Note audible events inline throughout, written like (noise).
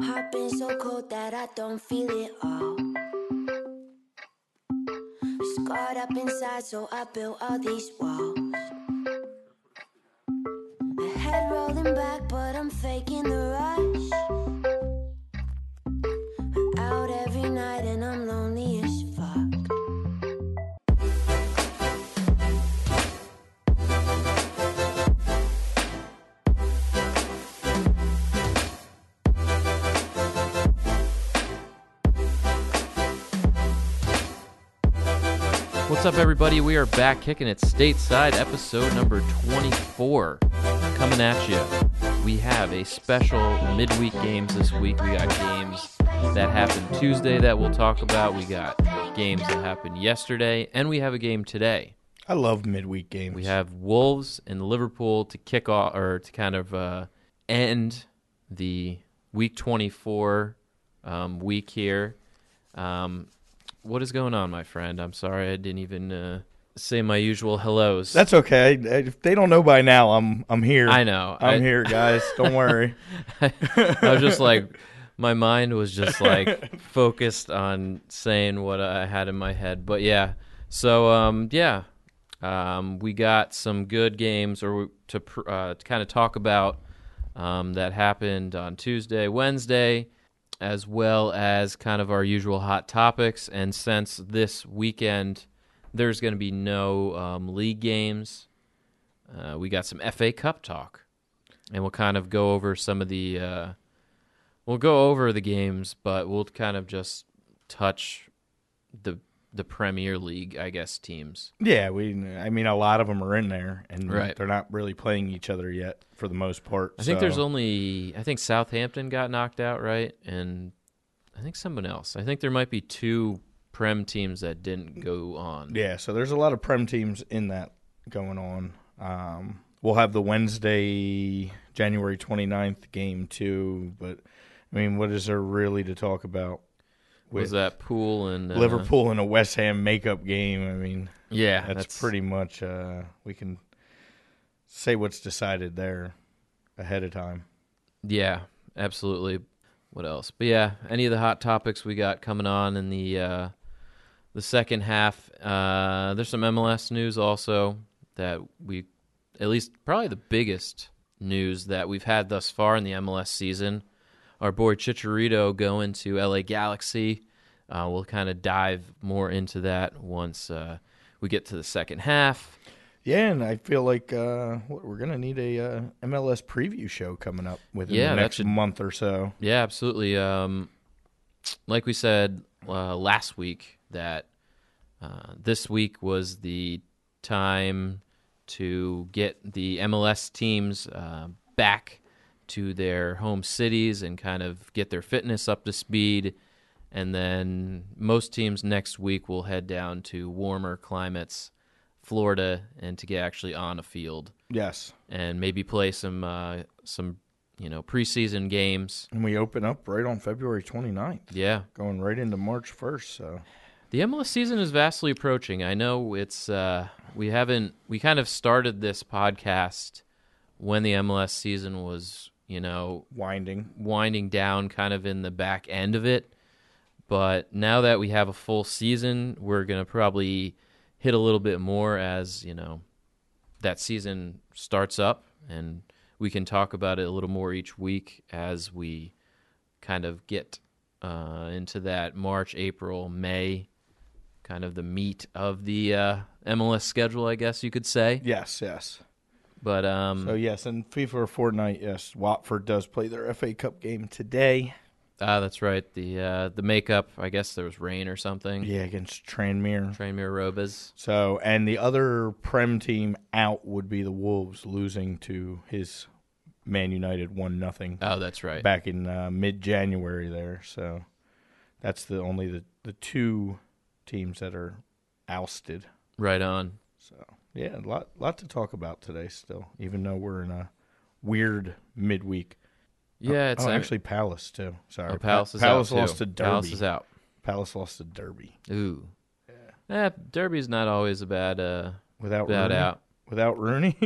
Popping so cold that I don't feel it all. Scarred up inside, so I built all these walls. My head rolling back, but I'm faking the rush. Out every night, and I'm lonely as fuck. What's up, everybody? We are back kicking it stateside, episode number 24. Coming at you. We have a special midweek games this week. We got games that happened Tuesday that we'll talk about. We got games that happened yesterday, and we have a game today. I love midweek games. We have Wolves and Liverpool to kick off or to kind of uh, end the week 24 um, week here. Um, what is going on, my friend? I'm sorry I didn't even uh, say my usual hellos. That's okay. I- If they don't know by now, I'm I'm here. I know. I- I'm (laughs) here, guys. Don't worry. I was just like, my mind was just like (laughs) focused on saying what I had in my head. But yeah, so um, yeah, um, we got some good games or to pr- uh, to kind of talk about um, that happened on Tuesday, Wednesday, as well as kind of our usual hot topics. And since this weekend, there's going to be no um, league games. Uh, we got some FA Cup talk and we'll kind of go over some of the uh, we'll go over the games, but we'll kind of just touch the the Premier League, I guess, teams. yeah, we. I mean, a lot of them are in there, and Right. they're not really playing each other yet for the most part. I think there's so- only I think Southampton got knocked out, right? And I think someone else. I think there might be two Prem teams that didn't go on. yeah. So there's a lot of prem teams in that going on. Um, we'll have the Wednesday, January 29th game too. But I mean, what is there really to talk about? Was that Pool and uh, Liverpool in a West Ham makeup game. I mean, Yeah, that's, pretty much uh, we can say what's decided there ahead of time. Yeah, absolutely. What else? But yeah, any of the hot topics we got coming on in the uh, the second half. Uh, there's some MLS news also that we, at least probably the biggest news that we've had thus far in the MLS season. Our boy Chicharito going to LA Galaxy. Uh, we'll kind of dive more into that once uh, we get to the second half. Yeah, and I feel like uh, what- we're gonna need a uh, MLS preview show coming up within Yeah, the that next should- month or so. Yeah, absolutely. Um, like we said uh, last week, that uh, this week was the time to get the MLS teams uh, back to their home cities and kind of get their fitness up to speed. And then most teams next week will head down to warmer climates, Florida, and to get actually on a field Yes, and maybe play some uh, some you know preseason games. and we open up right on February 29th, Yeah. going right into March 1st. So The MLS season is vastly approaching. I know it's uh we haven't we kind of started this podcast when the MLS season was, you know, winding. winding down kind of in the back end of it. But now that we have a full season, we're going to probably hit a little bit more as, you know, that season starts up and we can talk about it a little more each week as we kind of get uh, into that March, April, May kind of the meat of the uh, MLS schedule, I guess you could say. Yes, yes. But um, So yes, and FIFA or Fortnite. Yes, Watford does play their FA Cup game today. ah, that's right. The uh, the makeup, I guess there was rain or something. Yeah, against Tranmere. Tranmere Robas. So, and the other Prem team out would be the Wolves losing to his Man United 1 nothing Oh, that's right. back in uh, mid January there. So, that's the only the, the two teams that are ousted. Right on. So, yeah, a lot lot to talk about today still, even though we're in a weird midweek. Yeah, it's oh, I- actually Palace too. Sorry. oh, Palace is Palace out lost too. to Derby. Palace is out. Palace lost to Derby Ooh. Yeah. Derby's not always a bad uh without bad Rooney. out. Without Rooney?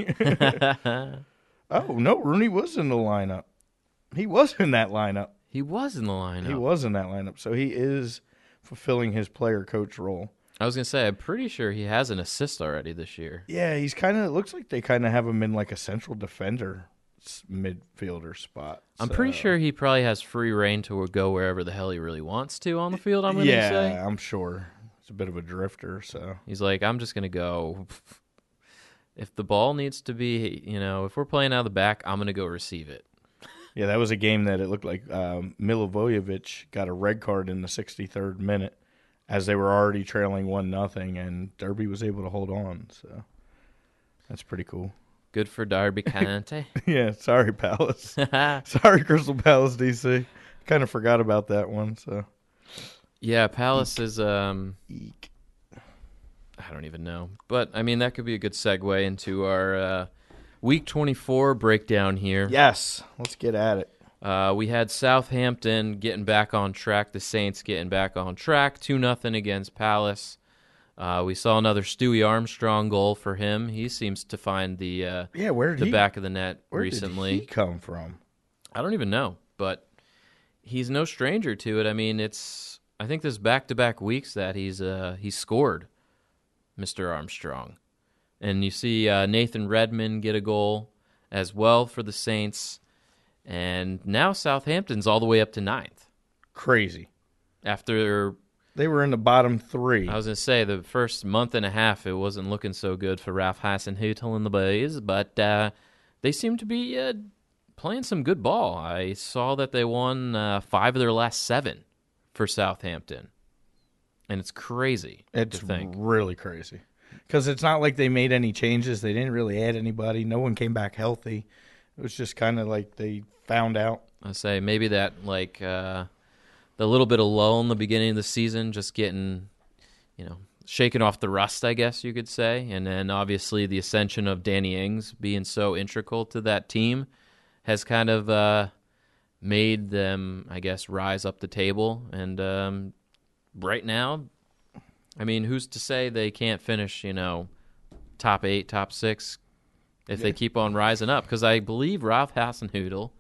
(laughs) (laughs) oh, no, Rooney was in the lineup. He was in that lineup. He was in the lineup. He was in that lineup, so he is fulfilling his player coach role. I was gonna say, I'm pretty sure he has an assist already this year. Yeah, he's kind of. It looks like they kind of have him in like a central defender, s- midfielder spot. I'm pretty so- sure he probably has free reign to go wherever the hell he really wants to on the field. I'm gonna yeah, say I'm sure. He's a bit of a drifter, so he's like, I'm just gonna go. (laughs) If the ball needs to be, you know, if we're playing out of the back, I'm gonna go receive it. yeah, that was a game that it looked like um, Milivojevic got a red card in the 63rd minute, as they were already trailing one nothing, and Derby was able to hold on. So that's pretty cool. Good for (laughs) Darby County. yeah, (laughs) sorry Palace, sorry Crystal Palace DC. Kind of forgot about that one. So (laughs) yeah, Palace is. Um, Eek. I don't even know, but I mean that could be a good segue into our uh, week 24 breakdown here. yes, let's get at it. Uh, we had Southampton getting back on track, the Saints getting back on track, 2 nothing against Palace. Uh, we saw another Stewie Armstrong goal for him. He seems to find the uh, Yeah, where did the he, back of the net where recently. did he come from? I don't even know, but he's no stranger to it. I mean, it's I think this back to back weeks that he's uh he's scored, Mr. Armstrong, and you see uh, Nathan Redmond get a goal as well for the Saints, and now Southampton's all the way up to ninth Crazy. after. They were in the bottom three. I was gonna say the first month and a half it wasn't looking so good for Ralph Hasenhutel and the boys, but uh, they seem to be uh, playing some good ball. I saw that they won uh, five of their last seven for Southampton, and it's crazy It's to think. really crazy. Because it's not like they made any changes. They didn't really add anybody. No one came back healthy. It was just kind of like they found out. I say maybe that like uh, the little bit of lull in the beginning of the season, just getting you know shaking off the rust, I guess you could say, and then obviously the ascension of Danny Ings being so integral to that team has kind of uh, made them, I guess, rise up the table. And um, right now, I mean, who's to say they can't finish? You know, top eight, top six. If they keep on rising up, because I believe Ralph Hasenhudel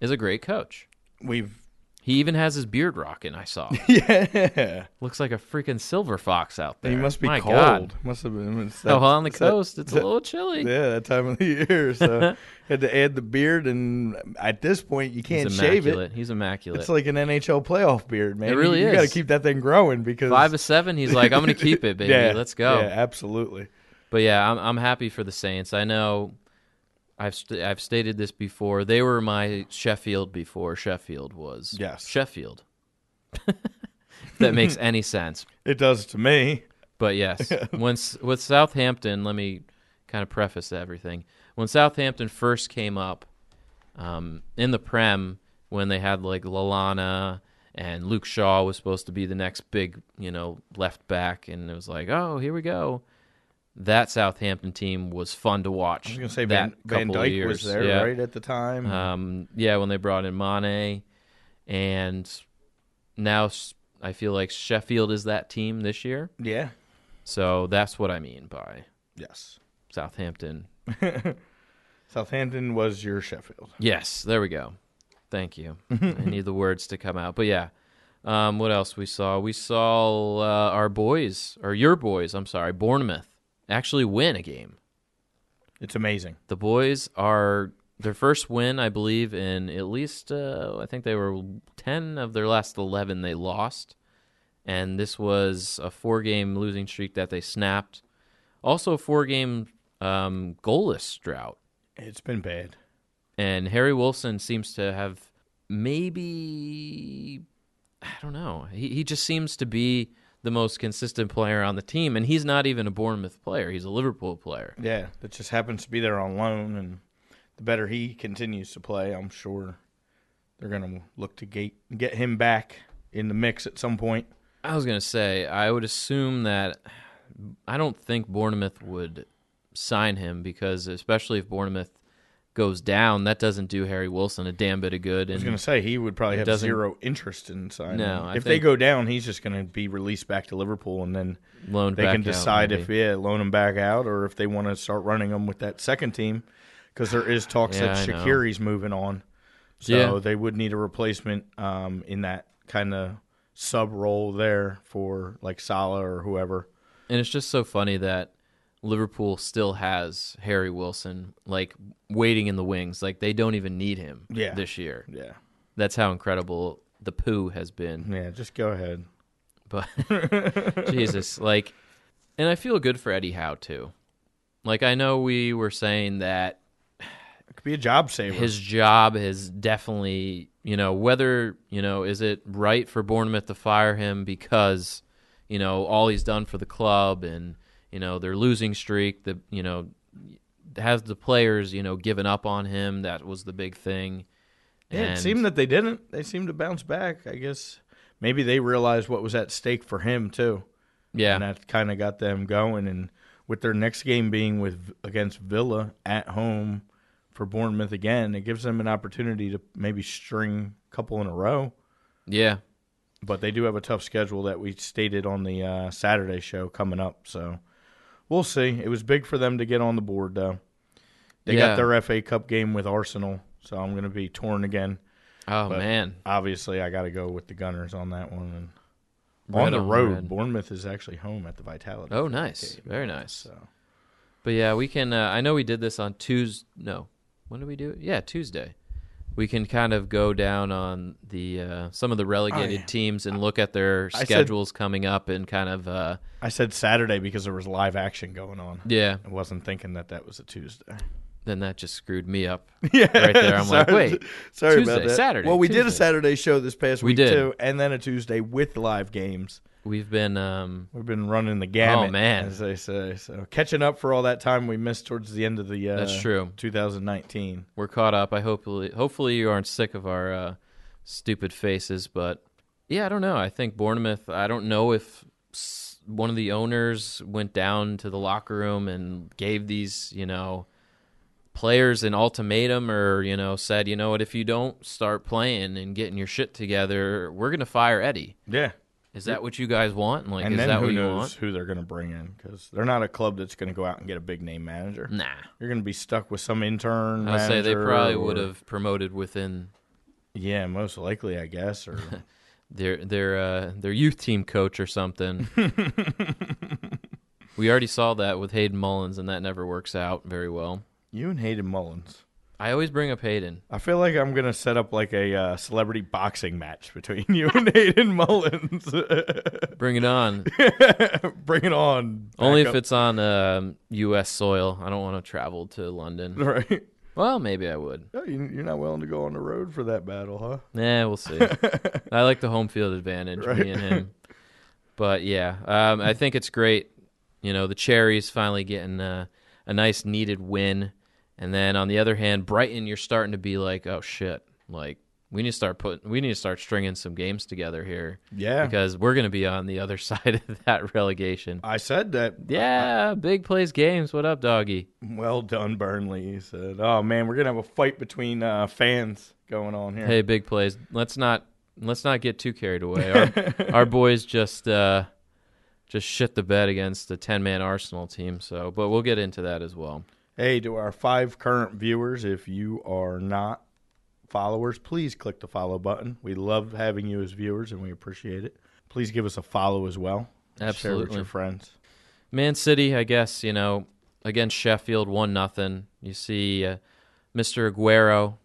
is a great coach. We've. (laughs) (laughs) He even has his beard rocking. I saw. Yeah. Looks like a freaking silver fox out there. He must be My cold. God. Must have been. it's Oh, that- on the it's that- coast, it's a little (laughs) chilly. Yeah, that time of the (laughs) year. So had to add the beard, and at this point, you can't He's shave immaculate. it. He's immaculate. It's like an NHL playoff beard, man. It really you, You got to is. keep that thing growing because Five of seven. He's like, I'm gonna keep (laughs) it, baby. Yeah, Let's go. Yeah, absolutely. But yeah, I'm I'm happy for the Saints. I know, I've st- I've stated this before. They were my Sheffield before Sheffield was. Yes. Sheffield. (laughs) If that (laughs) makes any sense. It does to me. But (laughs) yes, once with Southampton, let me kind of preface everything. When Southampton first came up um, in the Prem, when they had like Lalana and Luke Shaw was supposed to be the next big, you know, left back, and it was like, oh, here we go. That Southampton team was fun to watch. I was gonna say that Van, Van couple of Dyke years. was there Yeah. right at the time. Um, yeah, when they brought in Mane, and now s- I feel like Sheffield is that team this year. yeah. So that's what I mean by Yes. Southampton. Southampton was your Sheffield. Yes, there we go. Thank you. I need the words to come out. But yeah, um, what else we saw? We saw uh, our boys, or your boys, I'm sorry, Bournemouth, actually win a game. It's amazing. The boys are their first win, I believe, in at least, uh, I think they were 10 of their last 11 they lost. And this was a four game losing streak that they snapped. Also, a four game um, goalless drought. It's been bad. and Harry Wilson seems to have maybe I don't know. He he just seems to be the most consistent player on the team, and he's not even a Bournemouth player. He's a Liverpool player. Yeah, that just happens to be there on loan, and the better he continues to play, I'm sure they're gonna look to get get him back in the mix at some point. I was gonna say I would assume that I don't think Bournemouth would sign him because especially if Bournemouth goes down, that doesn't do Harry Wilson a damn bit of good. I was And gonna say he would probably have doesn't- zero interest in signing. No, him. I if they think- go down, he's just gonna be released back to Liverpool, and then loaned they back can out, decide maybe. if yeah loan him back out or if they want to start running him with that second team because there is talks Yeah, that I know. Shakiri's moving on. So Yeah. they would need a replacement um, in that kind of sub role there for like Salah or whoever. And it's just so funny that Liverpool still has Harry Wilson like waiting in the wings. Like they don't even need him Yeah. this year. Yeah. That's how incredible the poo has (laughs) been. Yeah, just go ahead. But Jesus, like and I feel good for Eddie Howe too. Like I know we were saying that It could be a job saver. his job is definitely, you know, whether, you know, is it right for Bournemouth to fire him because, you know, all he's done for the club and, you know, their losing streak, the, you know, has the players, you know, given up on him. That was the big thing. Yeah, it And- seemed that they didn't. They seemed to bounce back. I guess maybe they realized what was at stake for him too, yeah, and that kind of got them going. And with their next game being with against Villa at home for Bournemouth again, it gives them an opportunity to maybe string a couple in a row. yeah, But they do have a tough schedule that we stated on the uh, Saturday show coming up. So we'll see. It was big for them to get on the board though. They Yeah. got their FA Cup game with Arsenal, so I'm going to be torn again Oh man, obviously I got to go with the Gunners on that one. And Right on the on, road, man. Bournemouth is actually home at the Vitality. oh nice, very nice. So But yeah, we can. Uh, I know we did this on Tuesday. No, when did we do it? Yeah, Tuesday. We can kind of go down on the uh, some of the relegated yeah. teams and look at their I said- schedules coming up and kind of uh, I said Saturday because there was live action going on. yeah. I wasn't thinking that that was a Tuesday. Then that just screwed me up. (laughs) Yeah, Right there, I'm like, wait, sorry about Tuesday, that. Saturday, Well, we did a Tuesday. Saturday show this past We week did. too, and then a Tuesday with live games. We've been um, We've been running the gamut, Oh, man. as they say. So catching up for all that time we missed towards the end of the uh, That's true. 2019. we're caught up. I hopefully hopefully you aren't sick of our uh, stupid faces, but yeah, I don't know. I think Bournemouth. I don't know if s- one of the owners went down to the locker room and gave these you know players an ultimatum or you know said you know what if you don't start playing and getting your shit together we're gonna fire Eddie. Yeah, Is that what you guys want? Like, and is then that who what you knows want? who they're going to bring in because they're not a club that's going to go out and get a big name manager. Nah. You're going to be stuck with some intern. Mm. I'll say they manager probably or- would have promoted within Yeah, most likely, I guess. (laughs) Or their their uh, their youth team coach or something. we already saw that with Hayden Mullins, and that never works out very well. you and Hayden Mullins. I always bring up Hayden. I feel like I'm going to set up like a uh, celebrity boxing match between (laughs) you and Hayden Mullins. (laughs) Bring it on. Bring it on. Back Only if up. it's on um, U.S. soil. I don't want to travel to London. (laughs) right. Well, maybe I would. No, you- You're not willing to go on the road for that battle, huh? Nah, Eh, we'll see. I like the home field advantage, me and him. But yeah, um, I think it's great. You know, the Cherries finally getting uh, a nice needed win. And then on the other hand, Brighton, you're starting to be like, oh shit, like we need to start putting, we need to start stringing some games together here Yeah. because we're going to be on the other (laughs) side of that relegation. I said that Yeah, big plays games. What up, doggy? Well done, Burnley. He said, "Oh man, we're gonna have a fight between uh, fans going on here." Hey, big plays. Let's not let's not get too carried away. Our, our boys just uh, just shit the bed against the ten man Arsenal team. So, but we'll get into that as well. Hey, to our five current viewers, if you are not followers, please click the follow button. We love having you as viewers, and we appreciate it. Please give us a follow as well. Share with Absolutely. your friends. Man City, I guess you know against Sheffield, one nothing. You see, uh, Mr. Aguero,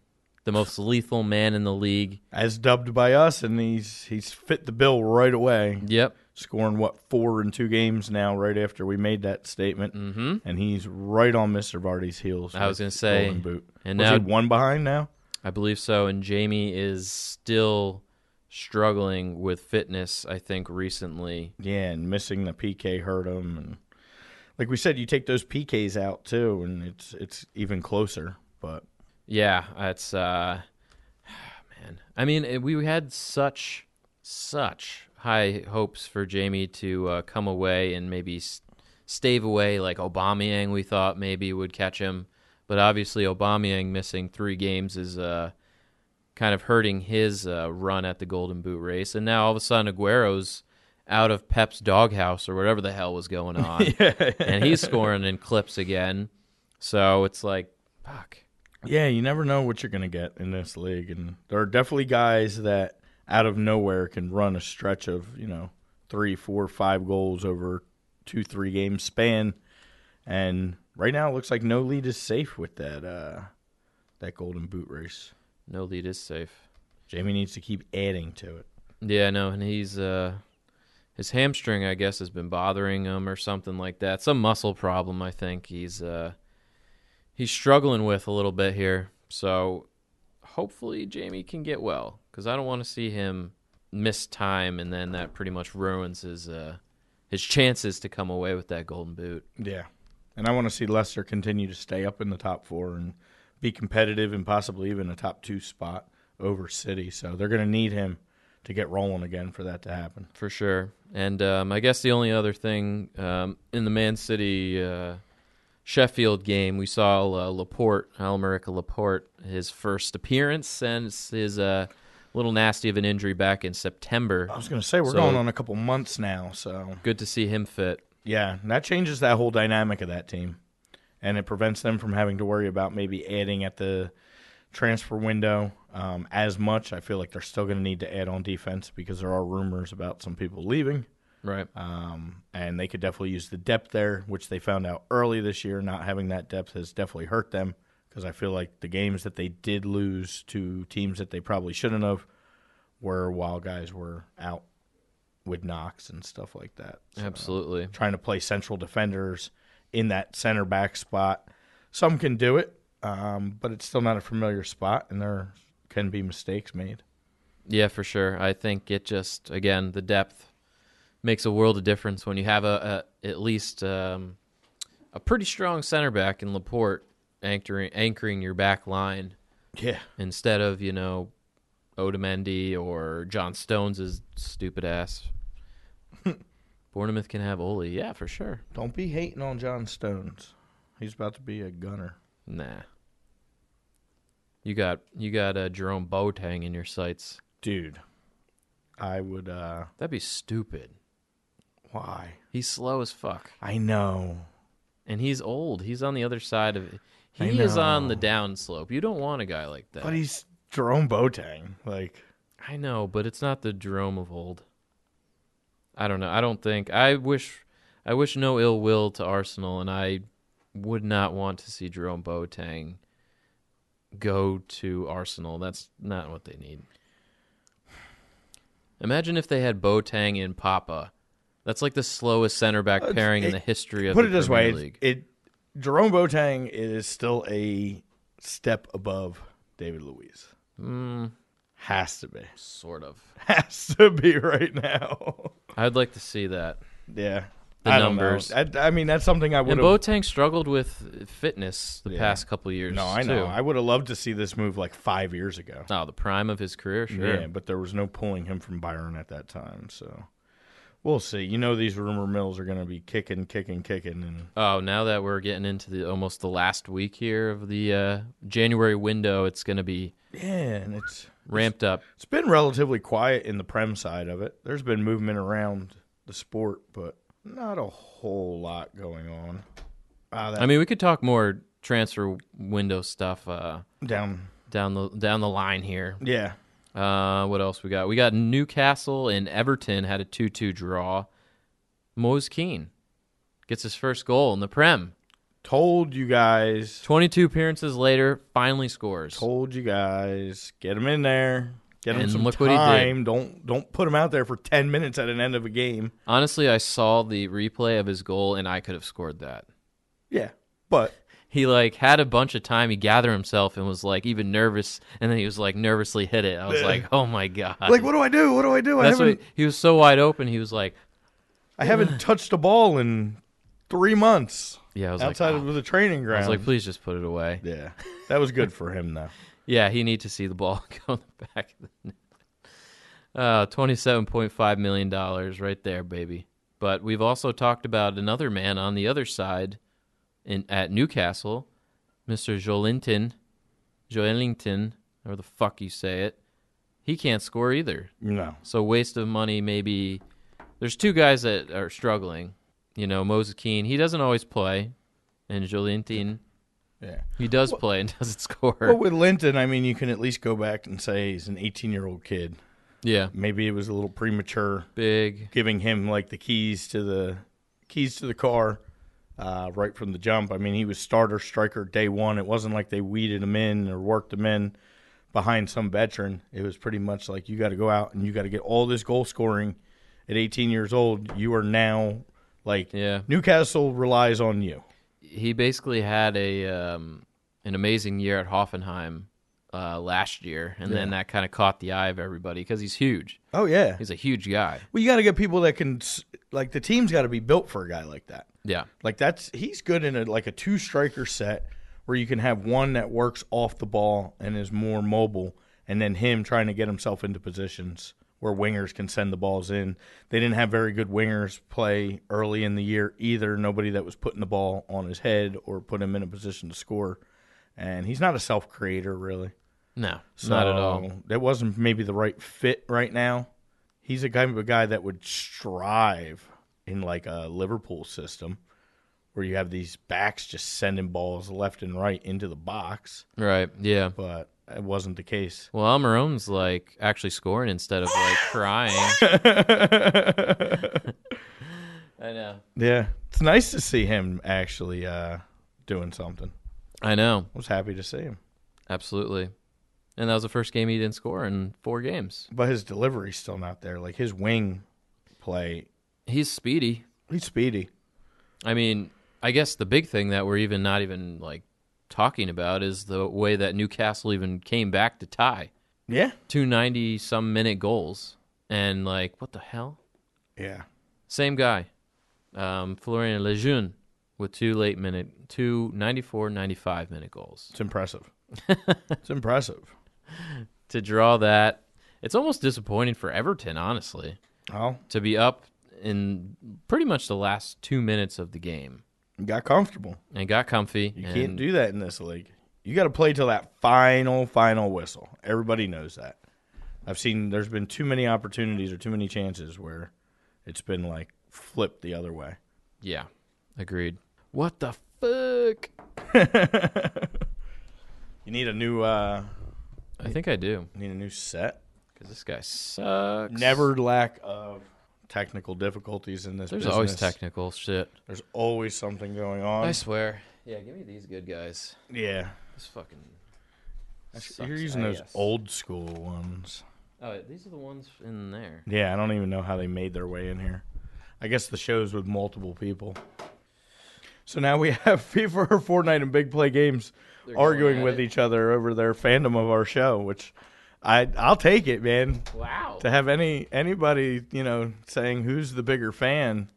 the most lethal man in the league. As dubbed by us, and he's he's fit the bill right away. Yep. Scoring what four in two games now, right after we made that statement, mm-hmm. and he's right on Mister Vardy's heels. I was with gonna say, Golden boot. and Was now- he one behind now. I believe so. And Jamie is still struggling with fitness. I think recently. Yeah, and missing the PK hurt him, and like we said, you take those PKs out too, and it's it's even closer. But Yeah, that's uh (sighs) man. I mean, it- we had such such high hopes for Jamie to uh, come away and maybe s- stave away like Aubameyang we thought maybe would catch him, but obviously Aubameyang missing 3 games is uh kind of hurting his uh, run at the Golden Boot race. And now all of a sudden Aguero's out of Pep's doghouse or whatever the hell was going on. And he's scoring in clips again. So it's like fuck. Yeah, you never know what you're going to get in this league. And there are definitely guys that out of nowhere can run a stretch of, you know, three, four, five goals over two, three game span. And right now it looks like no lead is safe with that uh that golden boot race. No lead is safe. Jamie needs to keep adding to it. Yeah, no, and he's uh his hamstring I guess has been bothering him or something like that. Some muscle problem I think he's uh he's struggling with a little bit here. So hopefully Jamie can get well cuz I don't want to see him miss time and then that pretty much ruins his uh his chances to come away with that golden boot. Yeah. And I want to see Leicester continue to stay up in the top four and be competitive and possibly even a top two spot over City. So they're going to need him to get rolling again for that to happen. For sure. And um, I guess the only other thing um, in the Man City uh, Sheffield game, we saw uh, Laporte, Almeric Laporte, his first appearance since his uh, little nasty of an injury back in September. I was going to say we're So- going on a couple months now. So Good to see him fit. yeah, and that changes that whole dynamic of that team. And it prevents them from having to worry about maybe adding at the transfer window um, as much. I feel like they're still going to need to add on defense because there are rumors about some people leaving. Right. Um, and they could definitely use the depth there, which they found out early this year. Not having that depth has definitely hurt them because I feel like the games that they did lose to teams that they probably shouldn't have were while guys were out with Knox and stuff like that. So, Absolutely. Trying to play central defenders in that center back spot. Some can do it, um, but it's still not a familiar spot, and there can be mistakes made. Yeah, for sure. I think it just again the depth makes a world of difference when you have a, a at least um, a pretty strong center back in Laporte anchoring anchoring your back line. Yeah. instead of you know Otamendi or John Stones' stupid (laughs) ass. Bournemouth can have Oli, yeah, for sure. Don't be hating on John Stones. He's about to be a gunner. Nah, you got you got uh, Jerome Boateng in your sights. dude i would uh That'd be stupid. why He's slow as fuck, i know and he's old. He's on the other side of it. I He is on know. the down slope. You don't want a guy like that. but he's jerome boateng like I know, but it's not the Jerome of old. I don't know. I don't think. I wish. I wish no ill will to Arsenal, and I would not want to see Jerome Boateng go to Arsenal. That's not what they need. Imagine if they had Boateng and Papa. That's like the slowest center back It's- pairing in it- the history of put the it this Premier way it, League. it jerome boateng is still a step above david luiz mm, has to be (laughs) sort of. has to be right now (laughs) I'd like to see that. yeah The I don't numbers. know. I, I mean, that's something I would And have. Boateng struggled with fitness the Yeah. past couple years. No, I know. too. I would have loved to see this move like five years ago. Oh, the prime of his career, sure. Yeah, but there was no pulling him from Byron at that time, so we'll see. You know these rumor mills are going to be kicking, kicking, kicking, and Oh, now that we're getting into the almost the last week here of the uh, January window, it's going to be yeah, and it's ramped up. it's been relatively quiet in the prem side of it. There's been movement around the sport, but not a whole lot going on. Ah, that I mean, we could talk more transfer window stuff uh, down, down the down the line here. yeah, Uh, what else we got? We got Newcastle and Everton had a two-two draw. Moise Keane gets his first goal in the Prem. told you guys, Twenty-two appearances later, finally scores. told you guys, get him in there. Get him And some look what he did. time. Don't don't put him out there for ten minutes at an end of a game. Honestly, I saw the replay of his goal and I could have scored that. Yeah, but he like had a bunch of time. He gathered himself and was like even nervous, and then he was like nervously hit it. I was like, oh my god! like, what do I do? What do I do? I that's haven't what he was so wide open. He was like, (sighs) I haven't touched a ball in three months yeah, I was outside like, "Ah." of the training I ground. was like, please just put it away. yeah, (laughs) that was good for him though. Yeah, he need to see the ball (laughs) go in the back of the net. Uh, twenty-seven point five million dollars right there, baby. But we've also talked about another man on the other side, in at Newcastle, Mister Jolinton, Joelinton, or the fuck you say it. He can't score either. No, So waste of money. Maybe there's two guys that are struggling. You know, Moses Keane. He doesn't always play, and Jolinton Yeah. He does play and (laughs) doesn't score. Well, with Linton, I mean, you can at least go back and say he's an 18 year old kid. yeah, Maybe it was a little premature big. giving him like the keys to the keys to the car uh, right from the jump. I mean, he was starter striker day one. It wasn't like they weeded him in or worked him in behind some veteran. It was pretty much like you got to go out and you got to get all this goal scoring at 18 years old. You are now like Yeah. Newcastle relies on you. He basically had a um, an amazing year at Hoffenheim uh, last year, and then that kind of caught the eye of everybody because he's huge. Oh yeah. He's a huge guy. Well, you got to get people that can s- like the team's got to be built for a guy like that. Yeah, Like that's he's good in a like a two striker set where you can have one that works off the ball and is more mobile, and then him trying to get himself into positions where wingers can send the balls in. They didn't have very good wingers play early in the year either. Nobody that was putting the ball on his head or put him in a position to score. And he's not a self creator really. no, not at all. So, That wasn't maybe the right fit right now. He's a kind of a guy that would strive in like a Liverpool system where you have these backs just sending balls left and right into the box, Right? Yeah. but it wasn't (laughs) the case. Well, Almiron's like actually scoring instead of like crying. (laughs) I know. Yeah. It's nice to see him actually uh, doing something. I know. I was happy to see him. Absolutely. And that was the first game he didn't score in four games. But his delivery's still not there. Like his wing play, He's speedy. he's speedy. I mean, I guess the big thing that we're even not even like talking about is the way that Newcastle even came back to tie. Yeah. 290 some minute goals. And like, what the hell? Yeah. Same guy. Um, Florian Lejeune with two late minute, two 94, 95 minute goals. (laughs) It's impressive. it's impressive. To draw that, it's almost disappointing for Everton, honestly. Well, to be up in pretty much the last two minutes of the game got comfortable. and got comfy. You and can't do that in this league. You got to play till that final, final whistle. Everybody knows that. I've seen there's been too many opportunities or too many chances where it's been like flipped the other way. Yeah, agreed. What the fuck? You need a new, uh, I think I do need a new set. because this guy sucks. Never lack of technical difficulties in this. There's business. Um, always technical shit. There's always something going on. I swear. Yeah, give me these good guys. Yeah, This fucking. sucks you're using those ass. old school ones. Oh, these are the ones in there. Yeah, I don't even know how they made their way in here. I guess the show's with multiple people. So now we (laughs) have FIFA or Fortnite and Big Play Games They're going arguing at with it. each other over their fandom of our show, which I I'll take it, man. Wow. To have any anybody, you know, saying who's the bigger fan.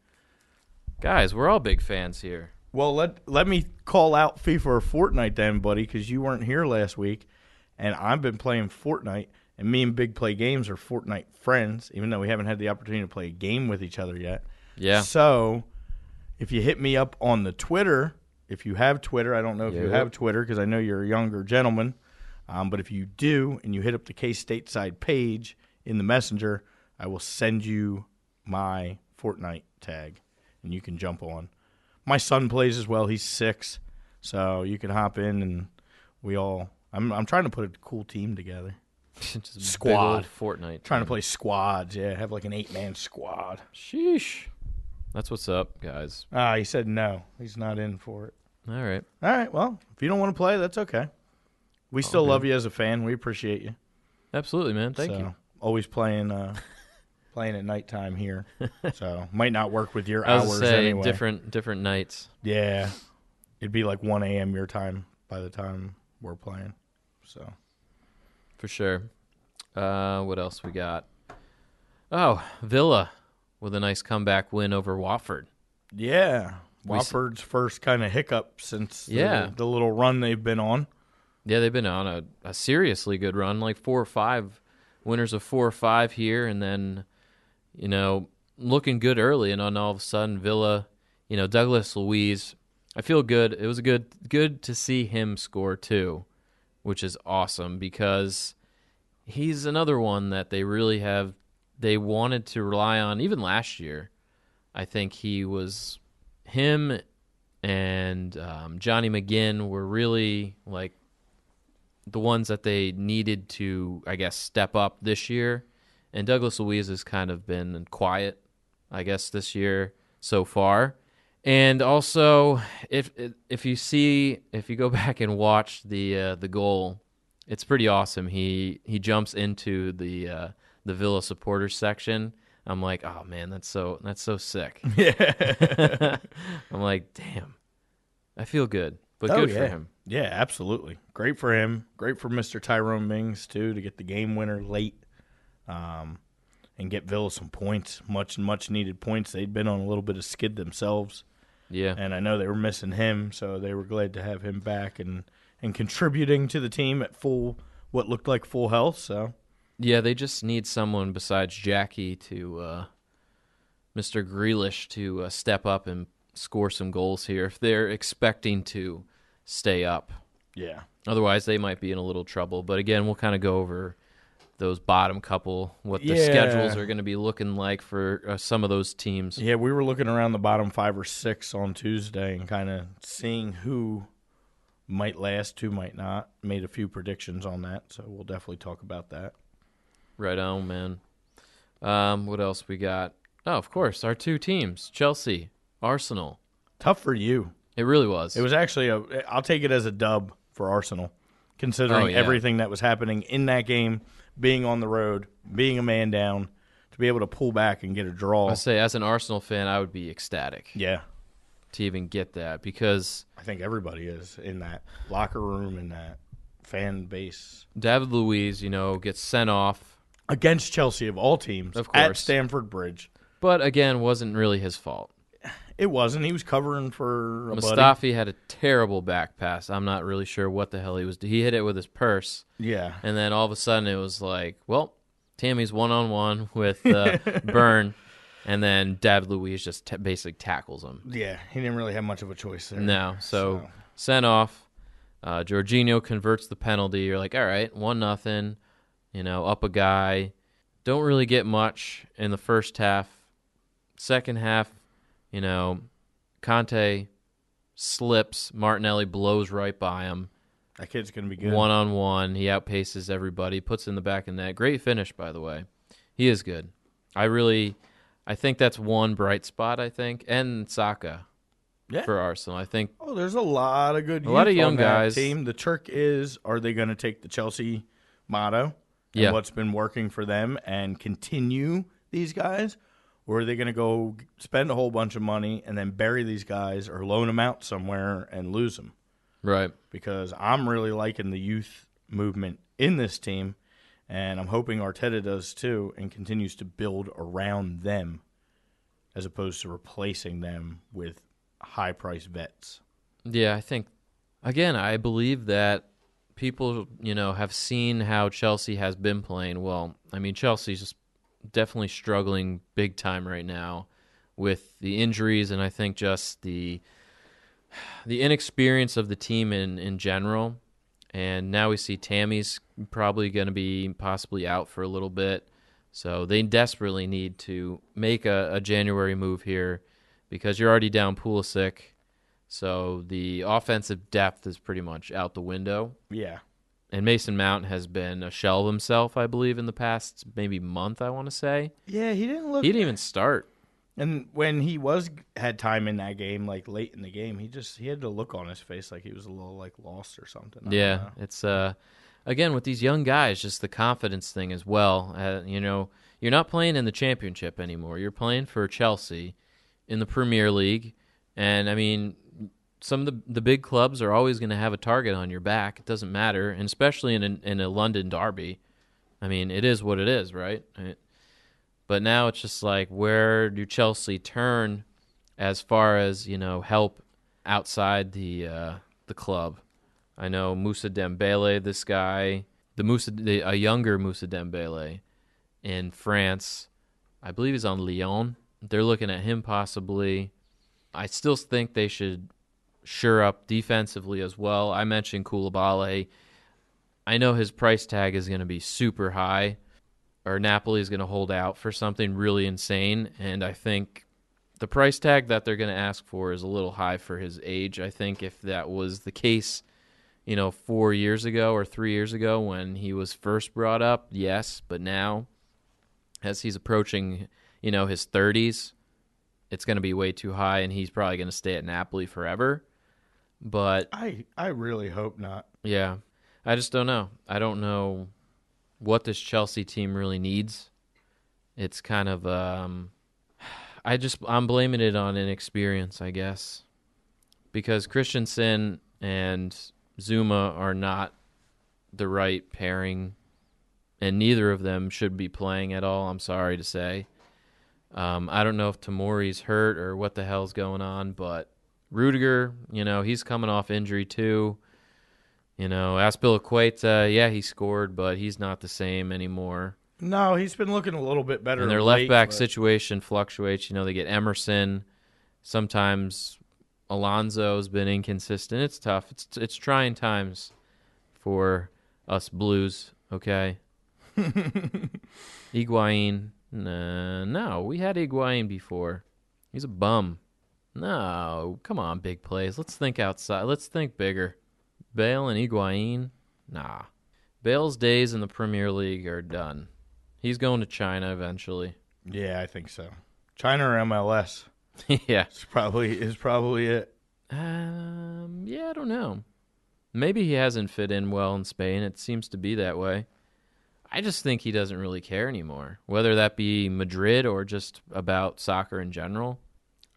Guys, we're all big fans here. Well, let let me call out FIFA or Fortnite then, buddy, cuz you weren't here last week and I've been playing Fortnite and me and Big Play Games are Fortnite friends, even though we haven't had the opportunity to play a game with each other yet. Yeah. So, if you hit me up on the Twitter, if you have Twitter, I don't know if you Yep. have Twitter because I know you're a younger gentleman, um, but if you do and you hit up the K Stateside page in the Messenger, I will send you my Fortnite tag, and you can jump on. My son plays as well. He's six, so you can hop in and we all. I'm I'm trying to put a cool team together. (laughs) Just a big Squad. old Fortnite. Trying to play squads. Yeah, have like an eight man squad. Sheesh. That's what's up, guys. Ah, he said no. He's not in for it. All right. All right. Well, if you don't want to play, that's okay. We still love you as a fan. We appreciate you. Absolutely, man. Thank So, you. Always (laughs) playing, uh, playing at nighttime here. so might not work with your I was hours gonna say anyway. different different nights. Yeah, it'd be like 1 a.m. your time by the time we're playing. So For sure. Uh, what else we got? Oh, Villa with a nice comeback win over Watford. yeah, s- Wofford's first kind of hiccup since the- Yeah. the little run they've been on. Yeah, they've been on a, a seriously good run, like four or five winners of four or five here, and then, you know, looking good early, and then all of a sudden Villa, you know, Douglas Louise. I feel good. It was a good good to see him score too, which is awesome because he's another one that they really have they wanted to rely on even last year. I think he was him and um, Johnny McGinn were really like the ones that they needed to, I guess, step up this year. And Douglas Louise has kind of been quiet, I guess, this year so far. And also, if if you see if you go (laughs) back and watch the uh, the goal, it's pretty awesome. He he jumps into the uh, the Villa supporters section. I'm like, oh man, that's so that's so sick. (laughs) I'm like, damn, I feel good, but good for him. Oh, Yeah, absolutely. Great for him. Great for Mr. Tyrone Mings too to get the game winner late, um, and get Villa some points, much much needed points. They'd been on a little bit of skid themselves, Yeah, and I know they were missing him, so they were glad to have him back and and contributing to the team at full what looked like full health. So yeah. They just need someone besides Jackie to uh, Mr. Grealish to uh, step up and score some goals here if they're expecting to stay up. yeah, Otherwise, they might be in a little trouble. But again, we'll kind of go over those bottom couple, what their Yeah. schedules are going to be looking like for uh, some of those teams. Yeah, we were looking around the bottom five or six on Tuesday and kind of seeing who might last, who might not. Made a few predictions on that, so we'll definitely talk about that. Right on, man. Um, what else we got? Oh, of course, our two teams, Chelsea, Arsenal. Tough for you. It really was. It was actually a. I'll take it as a dub for Arsenal, considering Oh, yeah. everything that was happening in that game, being on the road, being a man down, to be able to pull back and get a draw. I say, as an Arsenal fan, I would be ecstatic Yeah, to even get that because I think everybody is in that locker room in that fan base David Luiz, you know, gets sent off, against Chelsea of all teams Of at course. Stamford Bridge. but again, wasn't really his fault. It wasn't. He was covering for a Oh, buddy. Mustafi had a terrible back pass. I'm not really sure what the hell he was. He hit it with his purse. Yeah. And then all of a sudden it was like, well, Tammy's one on one with uh, Burn, and then David Luiz just t- basically tackles him. Yeah. He didn't really have much of a choice there. No, so sent off. Uh, Jorginho converts the penalty. You're like, all right, one nothing. You know, up a guy. Don't really get much in the first half. Second half, you know, Conte slips. Martinelli blows right by him. That kid's going to be good. One on one, he outpaces everybody. Puts in the back of net. Great finish, by the way. He is good. I really, I think that's one bright spot. I think and Saka Yeah. for Arsenal. I think Oh, there's a lot of good A lot of youth young on that guys. Team. The trick is are they going to take the Chelsea motto and Yeah. what's been working for them and continue these guys? Or are they going to go spend a whole bunch of money and then bury these guys or loan them out somewhere and lose them? right. because I'm really liking the youth movement in this team, and I'm hoping Arteta does too and continues to build around them as opposed to replacing them with high price vets. Yeah, I think again, I believe that people, you know, have seen how Chelsea has been playing. Well, I mean, Chelsea's just definitely struggling big time right now with the injuries and I think just the the inexperience of the team in in general. And now we see Tammy's probably going to be possibly out for a little bit. So they desperately need to make a, a January move here because you're already down Pulisic. So the offensive depth is pretty much out the window. Yeah. And Mason Mount has been a shell of himself, I believe, in the past maybe month, I want to say. Yeah, he didn't look He didn't even start. and when he was had time in that game like late in the game, he just he had to look on his face like he was a little like lost or something. I don't Yeah, know. it's uh, again with these young guys, just the confidence thing as well. Uh, you know, you're not playing in the championship anymore. You're playing for Chelsea in the Premier League, and I mean, some of the the big clubs are always going to have a target on your back. It doesn't matter, and especially in a, in a London derby. I mean, it is what it is, right? It- but now it's just like, where do Chelsea turn as far as you know help outside the uh, the club? I know Musa Dembele, this guy, the Musa, the, a younger Musa Dembele in France. I believe he's on Lyon. They're looking at him possibly. I still think they should sure up defensively as well. I mentioned Koulibaly. I know his price tag is going to be super high, or Napoli is going to hold out for something really insane. And I think the price tag that they're going to ask for is a little high for his age. I think if that was the case, you know, four years ago or three years ago when he was first brought up, yes. But now, as he's approaching, you know, his 30s, it's going to be way too high, and he's probably going to stay at Napoli forever. But I I really hope not. yeah, I just don't know. I don't know what this Chelsea team really needs. It's kind of um I just I'm blaming it on inexperience, I guess. Because Christensen and Zuma are not the right pairing and neither of them should be playing at all, I'm sorry to say. Um, I don't know if Tamori's hurt or what the hell's going on, but Rudiger, you know, he's coming off injury too. You know, Aspilicueta, yeah, he scored, but he's not the same anymore. No, he's been looking a little bit better. And their of left late, back but- situation fluctuates. You know, they get Emerson. Sometimes Alonso's been inconsistent. It's tough. It's it's trying times for us Blues. (laughs) Okay. Iguain. No, no, we had Iguain before. He's a bum. No, come on, big plays. Let's think outside. Let's think bigger. Bale and Iguain. Nah. Bale's days in the Premier League are done. He's going to China eventually. (laughs) Yeah, I think so. China or MLS yeah. is probably is probably it. Um, yeah, I don't know. Maybe he hasn't fit in well in Spain. It seems to be that way. I just think he doesn't really care anymore, whether that be Madrid or just about soccer in general.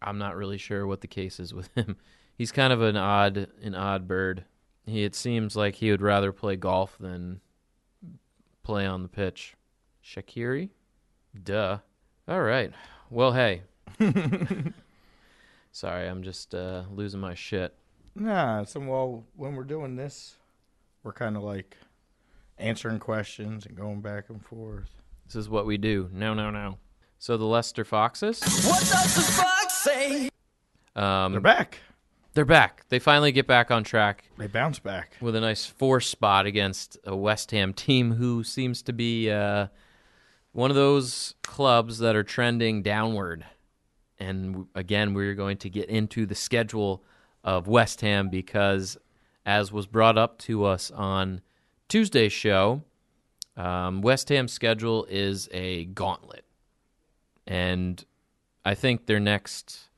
I'm not really sure what the case is with (laughs) him. He's kind of an odd an odd bird. He it seems like he would rather play golf than play on the pitch. Shakiri? Duh. All right. Well, hey. Sorry, I'm just uh, losing my shit. Nah, so well when we're doing this, we're kind of like answering questions and going back and forth. This is what we do. No, no, no. So the Leicester Foxes. What does the fox say? Um, They're they're, back. back. They finally get back on track They bounce back. with a nice four spot against a West Ham team who seems to be uh, one of those clubs that are trending downward. And w- again, we're going to get into the schedule of West Ham because, as was brought up to us on Tuesday's show, um, West Ham's schedule is a gauntlet. And I think their next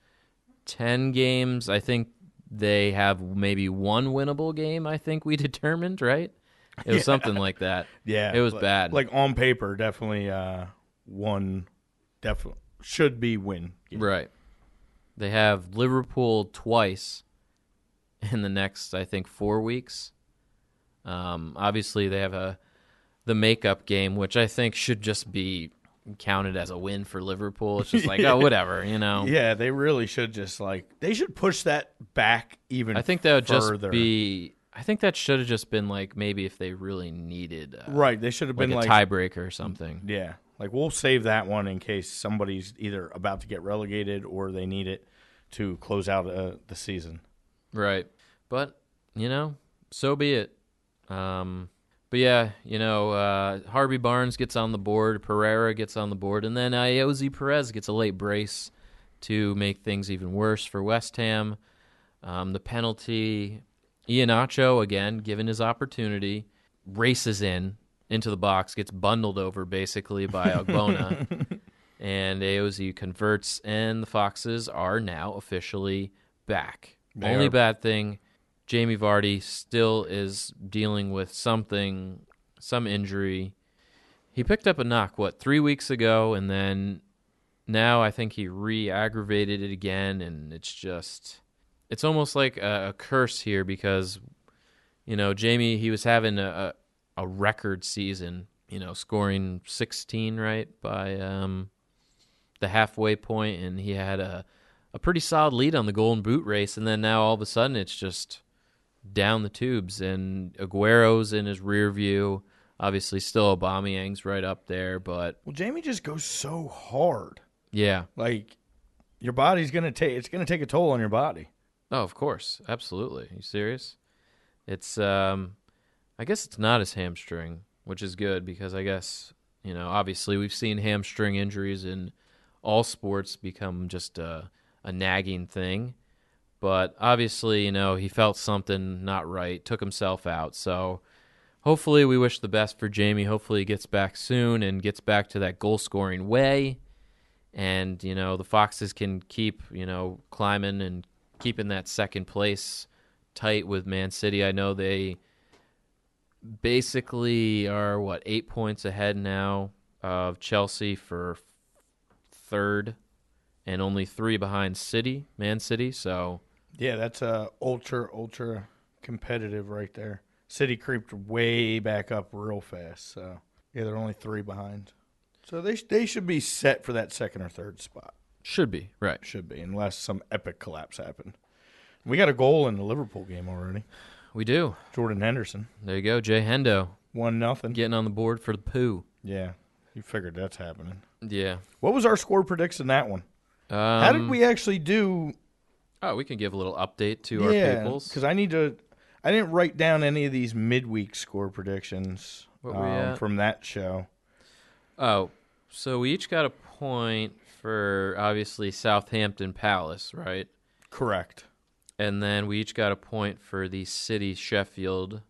10 games, I think they have maybe one winnable game, I think we (laughs) determined, right? It was something like that. Yeah, It was like- bad. Like on paper, definitely uh, one. Definitely should be win. Right. They have Liverpool twice in the next, I think, four weeks. Um, obviously, they have a the makeup game, which I think should just be counted as a win for Liverpool. It's just like, (laughs) oh, whatever, you know. Yeah, they really should just like they should push that back even. I think that would just further. be. I think that should have just been like maybe if they really needed uh, right. They should have like been a like tiebreaker or something. Yeah. Like we'll save that one in case somebody's either about to get relegated or they need it to close out uh, the season. Right. But, you know, so be it. Um, but yeah, you know, uh, Harvey Barnes gets on the board, Pereira gets on the board, and then Iosi Perez gets a late brace to make things even worse for West Ham. Um, the penalty, Ianacho again, given his opportunity, races in into the box, gets bundled over basically by Ogbona, and Aozi converts, and the Foxes are now officially back. They Only are- bad thing, Jamie Vardy still is dealing with something, some injury. He picked up a knock what three weeks ago, and then now I think he re-aggravated it again, and it's just it's almost like a, a curse here because you know Jamie he was having a, a a record season, you know, scoring 16 right by um the halfway point, and he had a a pretty solid lead on the Golden Boot race, and then now all of a sudden it's just down the tubes, and Aguero's in his rear view. Obviously, still Aubameyang's right up there, but Well, Jamie just goes so hard. yeah, Like your body's going to take it's going to take a toll on your body. Oh, of course. Absolutely. you serious? It's um I guess it's not his hamstring, which is good because I guess, you know, obviously we've seen hamstring injuries in all sports become just a a nagging thing. But obviously, you know, he felt something not right, took himself out. So hopefully, we wish the best for Jamie. Hopefully, he gets back soon and gets back to that goal scoring way. And, you know, the Foxes can keep, you know, climbing and keeping that second place tight with Man City. I know they basically are what eight points ahead now of Chelsea for third, and only three behind City, Man City. So Yeah, that's uh, ultra ultra competitive right there. City creeped way back up real fast. So yeah, they're only three behind. So they sh- they should be set for that second or third spot. should be right. Should be unless some epic collapse happened. We got a goal in the Liverpool game already. We do. Jordan Henderson There you go, Jay Hendo one nothing. getting on the board for the poo. Yeah, you figured that's happening. Yeah. What was our score predicts in that one? Um, How did we actually do? Oh, we can give a little update to our Yeah, peoples. because I need to. I didn't write down any of these midweek score predictions um, What were you at? from that show. Oh, so we each got a point for obviously Southampton Palace, right? Correct. and then we each got a point for the city Sheffield,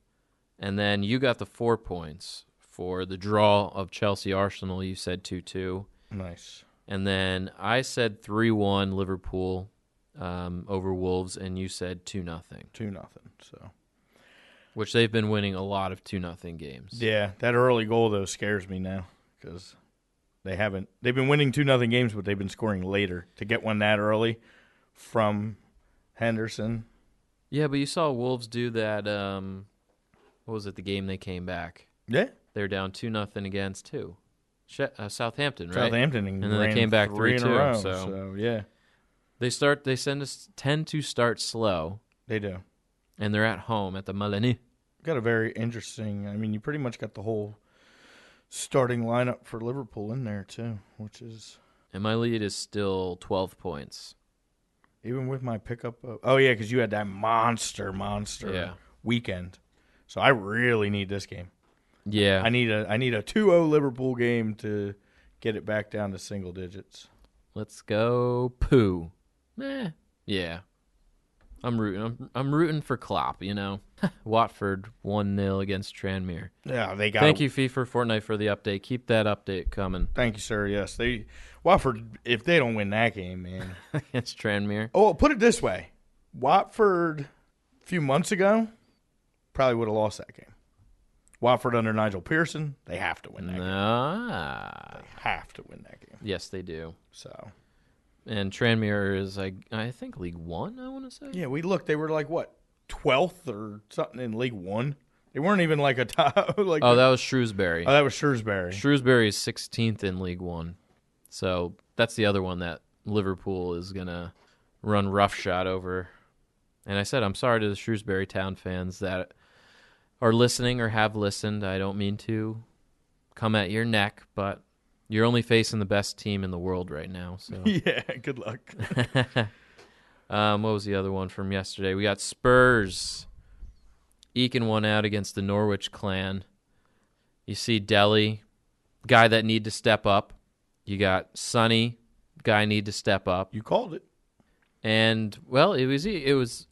and then you got the four points for the draw of Chelsea Arsenal. You said two two, Nice. and then I said three one Liverpool um, over Wolves, and you said two nothing, Two nothing. So which they've been winning a lot of two nothing games. yeah, that early goal though scares me now because they haven't. They've been winning two nothing games, but they've been scoring later. To get one that early from Henderson, Yeah, but you saw Wolves do that. Um, what was it? The game they came back, yeah, they were down two nothing against two, she- uh, Southampton, right? Southampton, And then they ran came back three in 3-2, a row. so- so yeah, They start. They send us tend to start slow. they do. and they're at home at the Malini. got a very interesting. I mean, you pretty much got the whole starting lineup for Liverpool in there too, which is And my lead is still 12 points. even with my pickup. Of, oh yeah, because you had that monster, monster Yeah. weekend. So I really need this game. Yeah. I need a I need a 2-0 Liverpool game to get it back down to single digits. Let's go poo. Meh. Yeah. I'm rooting. I'm, I'm rooting for Klopp, you know. (laughs) Watford 1 0 against Tranmere. Yeah, they got. Thank you, FIFA Fortnite, for the update. Keep that update coming (laughs) thank you, sir. Yes, they Watford. If they don't win that game, man. against Tranmere. oh, put it this way, Watford a few months ago probably would have lost that game. Watford under Nigel Pearson, they have to win that. game. Ah. They have to win that game. Yes, they do. So And Tranmere is, I, I think, League One, I want to say. yeah, we looked. They were like what twelfth or something in League One. They weren't even like a (laughs) top. Like Oh, that was Shrewsbury. oh, that was Shrewsbury. Shrewsbury is 16th in League One, so that's the other one that Liverpool is gonna run roughshod over. And I said, I'm sorry to the Shrewsbury Town fans that are listening or have listened. I don't mean to come at your neck, but you're only facing the best team in the world right now. So, (laughs) yeah, good luck. um, what was the other one from yesterday? We got Spurs eking one out against the Norwich clan. You see Delhi, guy that need to step up. You got Sonny, guy need to step up. (laughs) you called it. And well, it was e, it was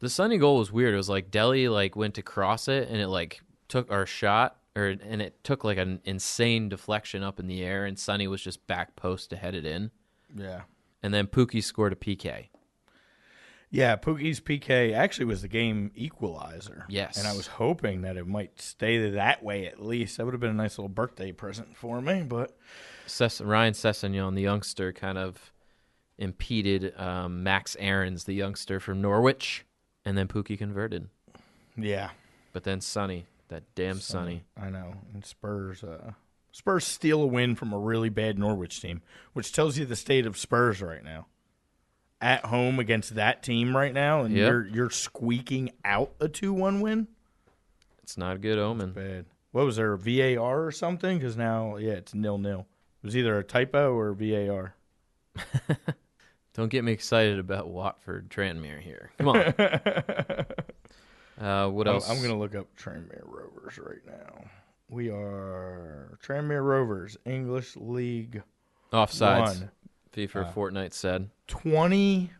the Sunny goal was weird. It was like Delhi like went to cross it and it like took our shot or and it took like an insane deflection up in the air and Sonny was just back post to head it in. Yeah. And then Pookie scored a PK. Yeah, Pookie's PK actually was the game equalizer. Yes. And I was hoping that it might stay that way at least. That would have been a nice little birthday present for me, but Cess- Ryan Sessegnon, the youngster, kind of impeded um, Max Aarons, the youngster from Norwich, and then Pookie converted. yeah, But then Sonny, that damn Sonny. I know. And Spurs uh Spurs steal a win from a really bad Norwich team, which tells you the state of Spurs right now. At home against that team right now and Yep. you're you're squeaking out a 2-1 win? It's not a good omen. Bad. What was there VAR or something? Cuz now yeah, it's nil-nil. It was either a typo or VAR. (laughs) Don't get me excited about Watford Tranmere here. Come (laughs) on. uh, what I'm, else? Oh, I'm gonna look up Tranmere Rovers right now. We are Tranmere Rovers English League Offsides. One. FIFA or Fortnite said. 21st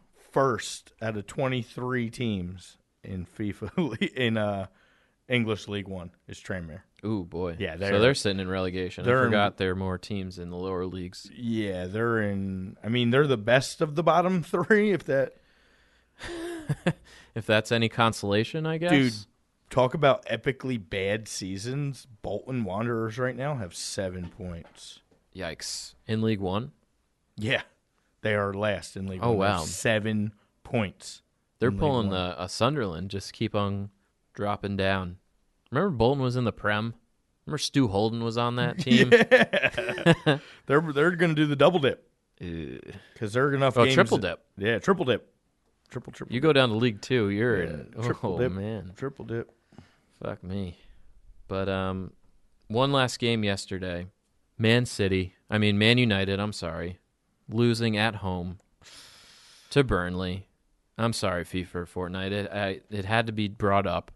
out of 23 teams in FIFA (laughs) le- in uh English League 1 is Tranmere. Ooh boy. Yeah, so they're- they're sitting in relegation. they're I in- forgot there are more teams in the lower leagues. Yeah, they're in I mean they're the best of the bottom (laughs) 3 if that If that's any consolation, I guess. dude talk about epically bad seasons. Bolton Wanderers right now have 7 points. Yikes. In League One, Yeah. They are last in League Oh, One. They have wow. 7 points. they're League pulling One. the a Sunderland. Just keep on dropping down. Remember Bolton was in the Prem. Remember Stu Holden was on (laughs) that team. They're they're going to do the double dip Ugh. cuz they're enough Oh, games triple dip. Yeah, triple dip. Triple triple. You go down to League Two, you're Yeah, in. triple Oh dip. man, triple dip. fuck me. But um, one last game yesterday, Man City. I mean Man United. I'm sorry, losing at home to Burnley. I'm sorry, FIFA or Fortnite. It I, it had to be brought up.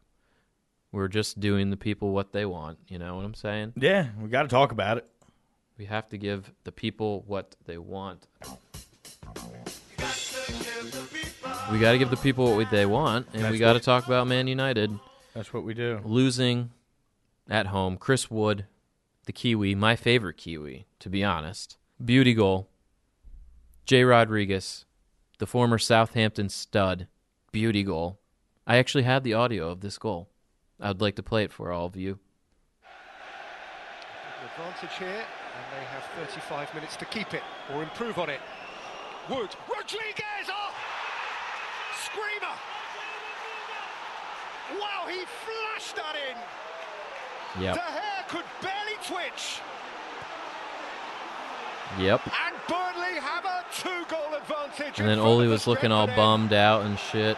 We're just doing the people what they want. You know what I'm saying? Yeah, we got to talk about it. We have to give the people what they want. We got to give the people what we- they want, and we That's got to talk about Man United That's what we do. losing at home. Chris Wood, the Kiwi, my favorite Kiwi, to be honest. Beauty goal. Jay Rodriguez, the former Southampton stud, beauty goal. I actually have the audio of this goal. I'd like to play it for all of you. an advantage here, and they have 35 minutes to keep it or improve on it. Wood, Rodriguez, oh! Screamer! Wow, he flashed that in. The Yep. hair could barely twitch, Yep. and Burnley have a two-goal advantage. And in then front Oli of the was looking all Stratford end. bummed out and shit.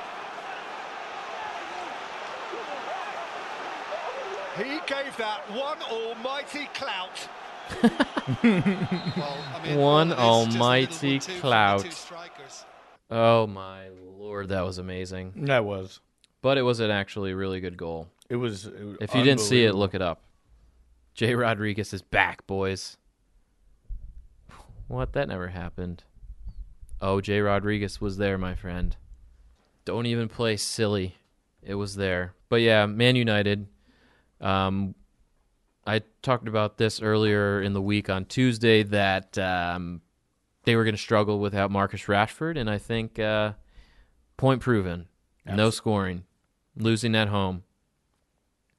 He gave that one almighty (laughs) clout. Well, I mean, One all this, just a little almighty one-two from the clout. two strikers. Oh my lord, that was amazing. That was. But it was an actually really good goal. It was. It was If you didn't see it, unbelievable. look it up. Jay Rodriguez is back, boys. What? That never happened. Oh, Jay Rodriguez was there, my friend. Don't even play silly. It was there. But yeah, Man United. Um, I talked about this earlier in the week on Tuesday that um, they were going to struggle without Marcus Rashford, and I think uh, point proven, no scoring, losing at home.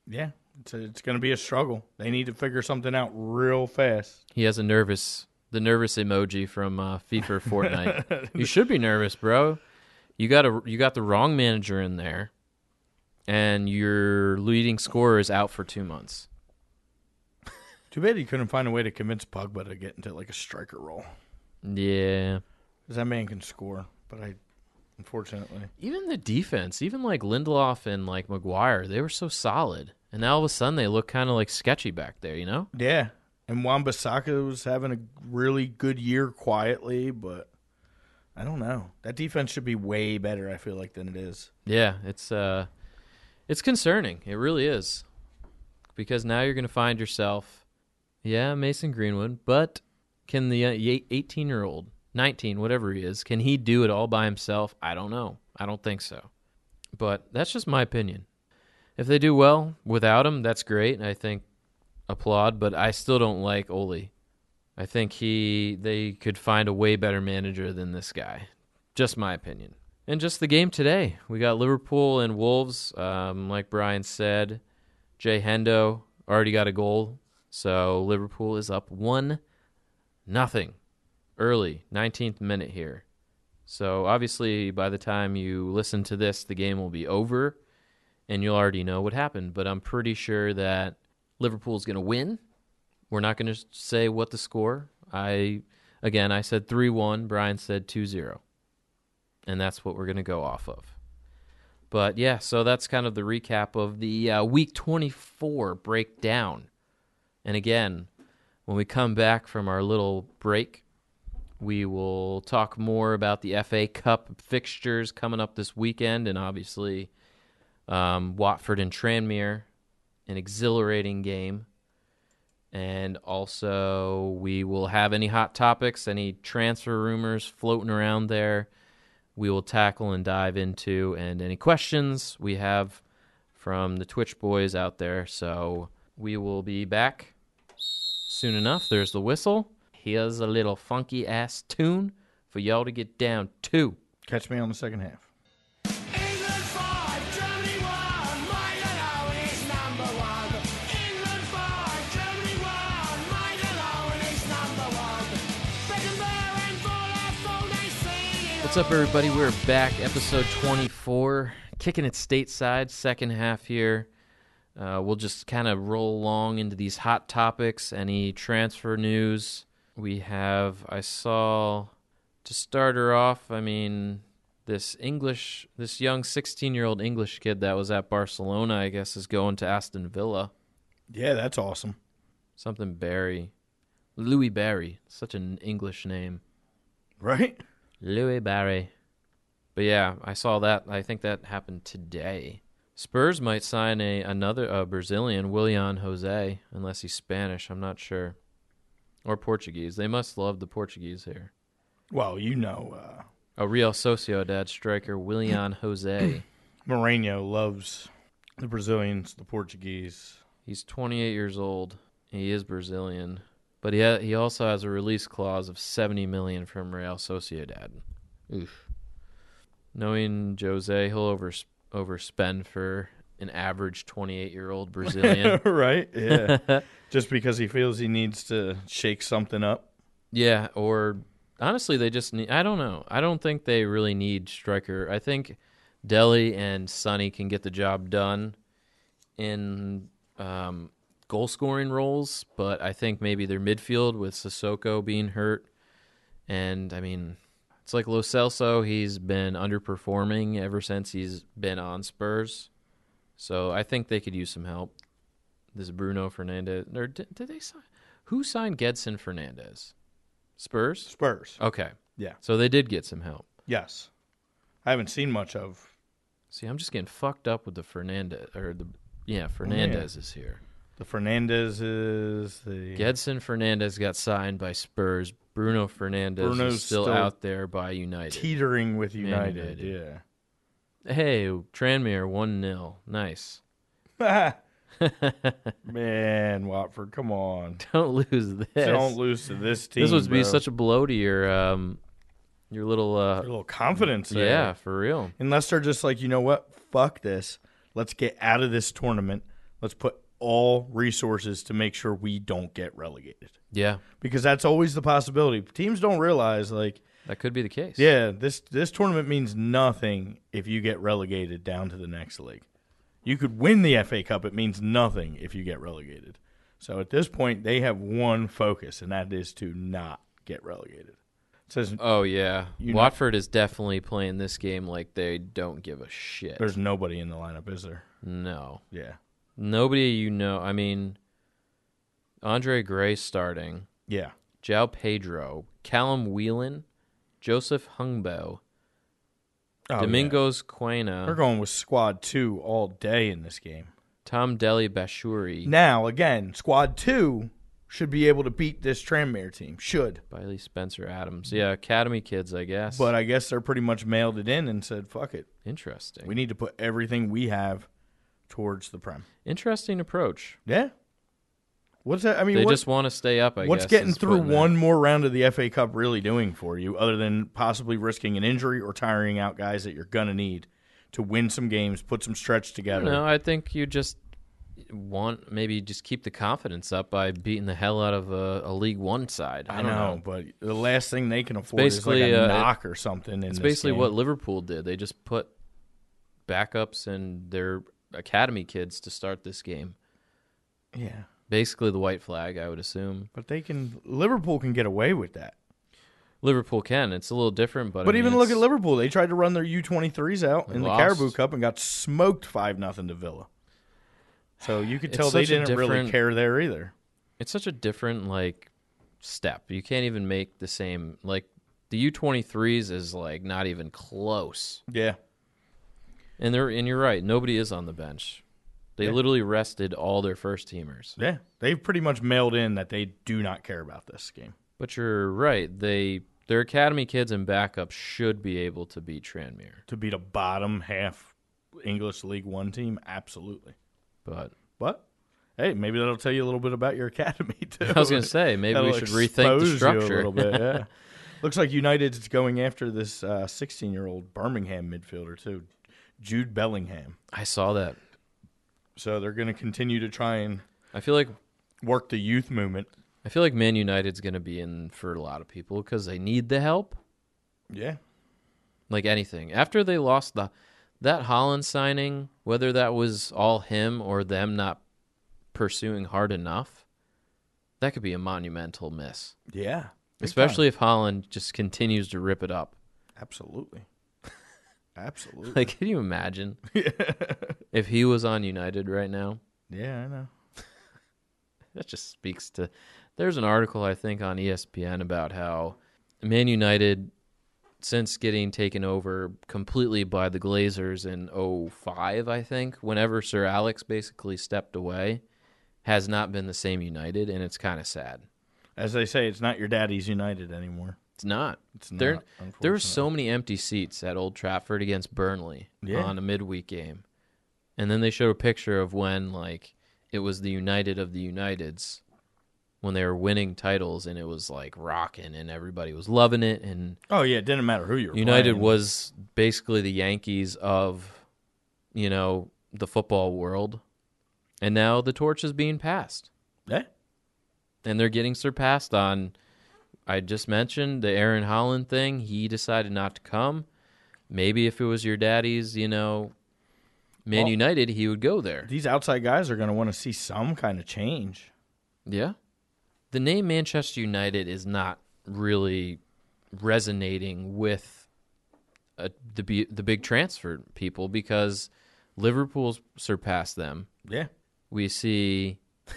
yeah, it's, it's going to be a struggle. They need to figure something out real fast. He has a nervous, the nervous emoji from uh, FIFA or Fortnite. you should be nervous, bro. You got a, you got the wrong manager in there, and your leading scorer is out for two months. Too bad he couldn't find a way to convince Pogba to get into like a striker role, Yeah. 'Cause that man can score. But I, unfortunately, Even the defense, even like Lindelof and like McGuire, they were so solid, and now all of a sudden they look kind of like sketchy back there. You know? yeah. And Wambasaka was having a really good year quietly, but I don't know. That defense should be way better. I feel like than it is. Yeah. It's uh, it's concerning. It really is, because now you're gonna find yourself, yeah, Mason Greenwood, but Can the uh, ye- 18 year old, 19, whatever he is, can he do it all by himself? I don't know. I don't think so. But that's just my opinion. If they do well without him, that's great. I think applaud, but I still don't like Ole. I think he they could find a way better manager than this guy. Just my opinion. And just the game today, we got Liverpool and Wolves. Um, like Brian said, Jay Hendo already got a goal, so Liverpool is up one nothing early 19th minute here so obviously by the time you listen to this the game will be over and you'll already know what happened but i'm pretty sure that liverpool's going to win we're not going to say what the score i again i said 3-1 brian said 2-0 and that's what we're going to go off of but yeah so that's kind of the recap of the uh, week 24 breakdown and again when we come back from our little break, we will talk more about the FA Cup fixtures coming up this weekend and obviously um, Watford and Tranmere, an exhilarating game. And also, we will have any hot topics, any transfer rumors floating around there. We will tackle and dive into, and any questions we have from the Twitch boys out there. So we will be back soon enough. There's the whistle. Here's a little funky ass tune for y'all to get down to. Catch me on the second half. England five, Germany one. Milo is number one. England five, Germany one. Milo is number one. Beckenbauer and Voller, Foden, Senior. What's up, everybody? We're back, episode 24, kicking it stateside, second half here. Uh, we'll just kind of roll along into these hot topics, any transfer news. We have, I saw, to start her off, I mean, this English, this young 16 year old English kid that was at Barcelona, I guess, is going to Aston Villa. Yeah, that's awesome. Something Barry. Louis Barry. Such an English name. Right? Louis Barry. But yeah, I saw that. I think that happened today. Spurs might sign a another a Brazilian, Willian Jose, unless he's Spanish. I'm not sure, or Portuguese. They must love the Portuguese here. Well, you know, uh, A Real Sociedad striker, Willian Jose. Mourinho loves the Brazilians, the Portuguese. (laughs) He's 28 years old. He is Brazilian, but he ha- he also has a release clause of 70 million from Real Sociedad. Oof. Knowing Jose, he'll over overspend for an average 28 year old Brazilian. (laughs) right? (laughs) Yeah. Just because he feels he needs to shake something up. yeah, or honestly, they just need. I don't know. I don't think they really need striker. I think Delhi and Sonny can get the job done in um, goal scoring roles, but I think maybe their midfield with Sissoko being hurt, and I mean, it's like Lo Celso. He's been underperforming ever since he's been on Spurs, so I think they could use some help. This Bruno Fernandez, or did, did they sign? Who signed Gedson Fernandez? Spurs. Spurs. Okay, Yeah. so they did get some help. Yes. I haven't seen much of See, I'm just getting fucked up with the Fernandez or the yeah Fernandez is here. the Fernandezes, the Gedson Fernandez got signed by Spurs. Bruno Fernandez Bruno's is still, still out there by United. teetering with United. hey, Tranmere 1 0. Nice. (laughs) Yeah. (laughs) Man, Watford, come on. Don't lose this. Don't lose to this team. this would be bro. such a blow to your um your little uh a little confidence there. yeah, for real. Unless they're just like, you know what? Fuck this. Let's get out of this tournament. Let's put all resources to make sure we don't get relegated. Yeah. Because that's always the possibility. Teams don't realize like, That could be the case. yeah, this this tournament means nothing if you get relegated down to the next league. You could win the FA Cup, it means nothing if you get relegated. So at this point, they have one focus and that is to not get relegated. It says Oh yeah. You know- Watford is definitely playing this game like they don't give a shit. there's nobody in the lineup, is there? no. Yeah. Nobody you know. I mean Andre Gray starting. Yeah. Jao Pedro, Callum Whelan, Joseph Hungbo, Oh, yeah. Domingos They're Quena, going with squad two all day in this game. Tom Deli Bashuri, Now, again, squad two should be able to beat this Tranmere team. Should. Biley Spencer Adams. Yeah, academy kids, I guess. But uh, I guess they're pretty much mailed it in and said, fuck it. interesting, We need to put everything we have towards the Prem. interesting approach. Yeah. What's that? I mean, They what, just want to stay up. I what's guess, getting is through putting that- one more round of the FA Cup really doing for you other than possibly risking an injury or tiring out guys that you're going to need to win some games, put some stretch together? No, I think you just want maybe just keep the confidence up by beating the hell out of a, a League One side. I, I, don't know, but the last thing they can afford basically, is like a uh, it- knock or something. In It's this basically game. what Liverpool did. They just put backups and their academy kids to start this game. Yeah, Basically, the white flag, I would assume. but they can. Liverpool can get away with that. Liverpool can. It's a little different, but I But mean, even look it's- at Liverpool. They tried to run their U twenty threes out in lost. the Caribou Cup and got smoked five nothing to Villa. So you could It's tell they such a didn't really different- care there either. It's such a different like step. You can't even make the same like the U twenty threes is like not even close. Yeah, And they're and you're right. Nobody is on the bench. They literally rested all their first teamers. Yeah, they've pretty much mailed in that they do not care about this game. But you're right. They their academy kids and backups should be able to beat Tranmere. To beat a bottom half English League One team, absolutely. But But hey, maybe that'll tell you a little bit about your (laughs) academy too. I was (laughs) gonna say, maybe we That'll should rethink the expose you structure. a little bit. Yeah. Looks like United's going after this uh, 16-year-old Birmingham midfielder too, Jude Bellingham. (laughs) I saw that. So they're going to continue to try and I feel like work the youth movement. I feel like Man United's gonna be in for a lot of people because they need the help. Yeah. like anything. After they lost the that Holland signing, whether that was all him or them not pursuing hard enough, that could be a monumental miss. Yeah. Big Especially if Holland just continues to rip it up. (laughs) time. (laughs) absolutely. absolutely. Like, can you (laughs) imagine if he was on United right now? yeah, I know. That just speaks to. There's an article I think on E ESPN about how Man United, since getting taken over completely by the Glazers in 05, I think, whenever Sir Alex basically stepped away, has not been the same United, and it's kind of sad. As they say, it's not your daddy's United anymore. It's not. It's there. not, There were so many empty seats at Old Trafford against Burnley Yeah. on a midweek game, and then they showed a picture of when like it was the United of the Uniteds when they were winning titles, and it was like rocking, and everybody was loving it, and Oh yeah, it didn't matter who you're United playing. was basically the Yankees of you know the football world, and now the torch is being passed Yeah. and they're getting surpassed on. I just mentioned the Aaron Holland thing. He decided not to come. Maybe if it was your daddy's, you know, Man Well- United, he would go there. These outside guys are going to want to see some kind of change. Yeah. The name Manchester United is not really resonating with uh, the bi- the big transfer people because Liverpool's surpassed them. Yeah. we see (laughs)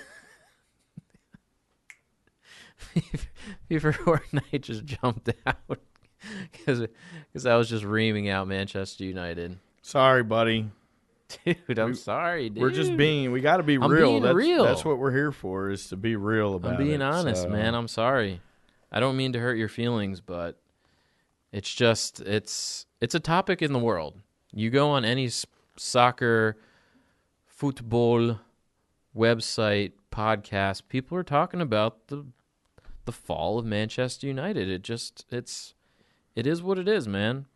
Fever Fortnite just jumped out (laughs) because I was just reaming out Manchester United. (laughs) Sorry, buddy. Dude, I'm sorry, dude. We're just being. We got to be I'm real. being that's, real. That's what we're here for. Is to be real about. I'm being it, honest, so- man. I'm sorry. I don't mean to hurt your feelings, but it's just it's it's a topic in the world. You go on any s- soccer, football website, podcast, people are talking about the the fall of Manchester United. It just it's it is what it is, man.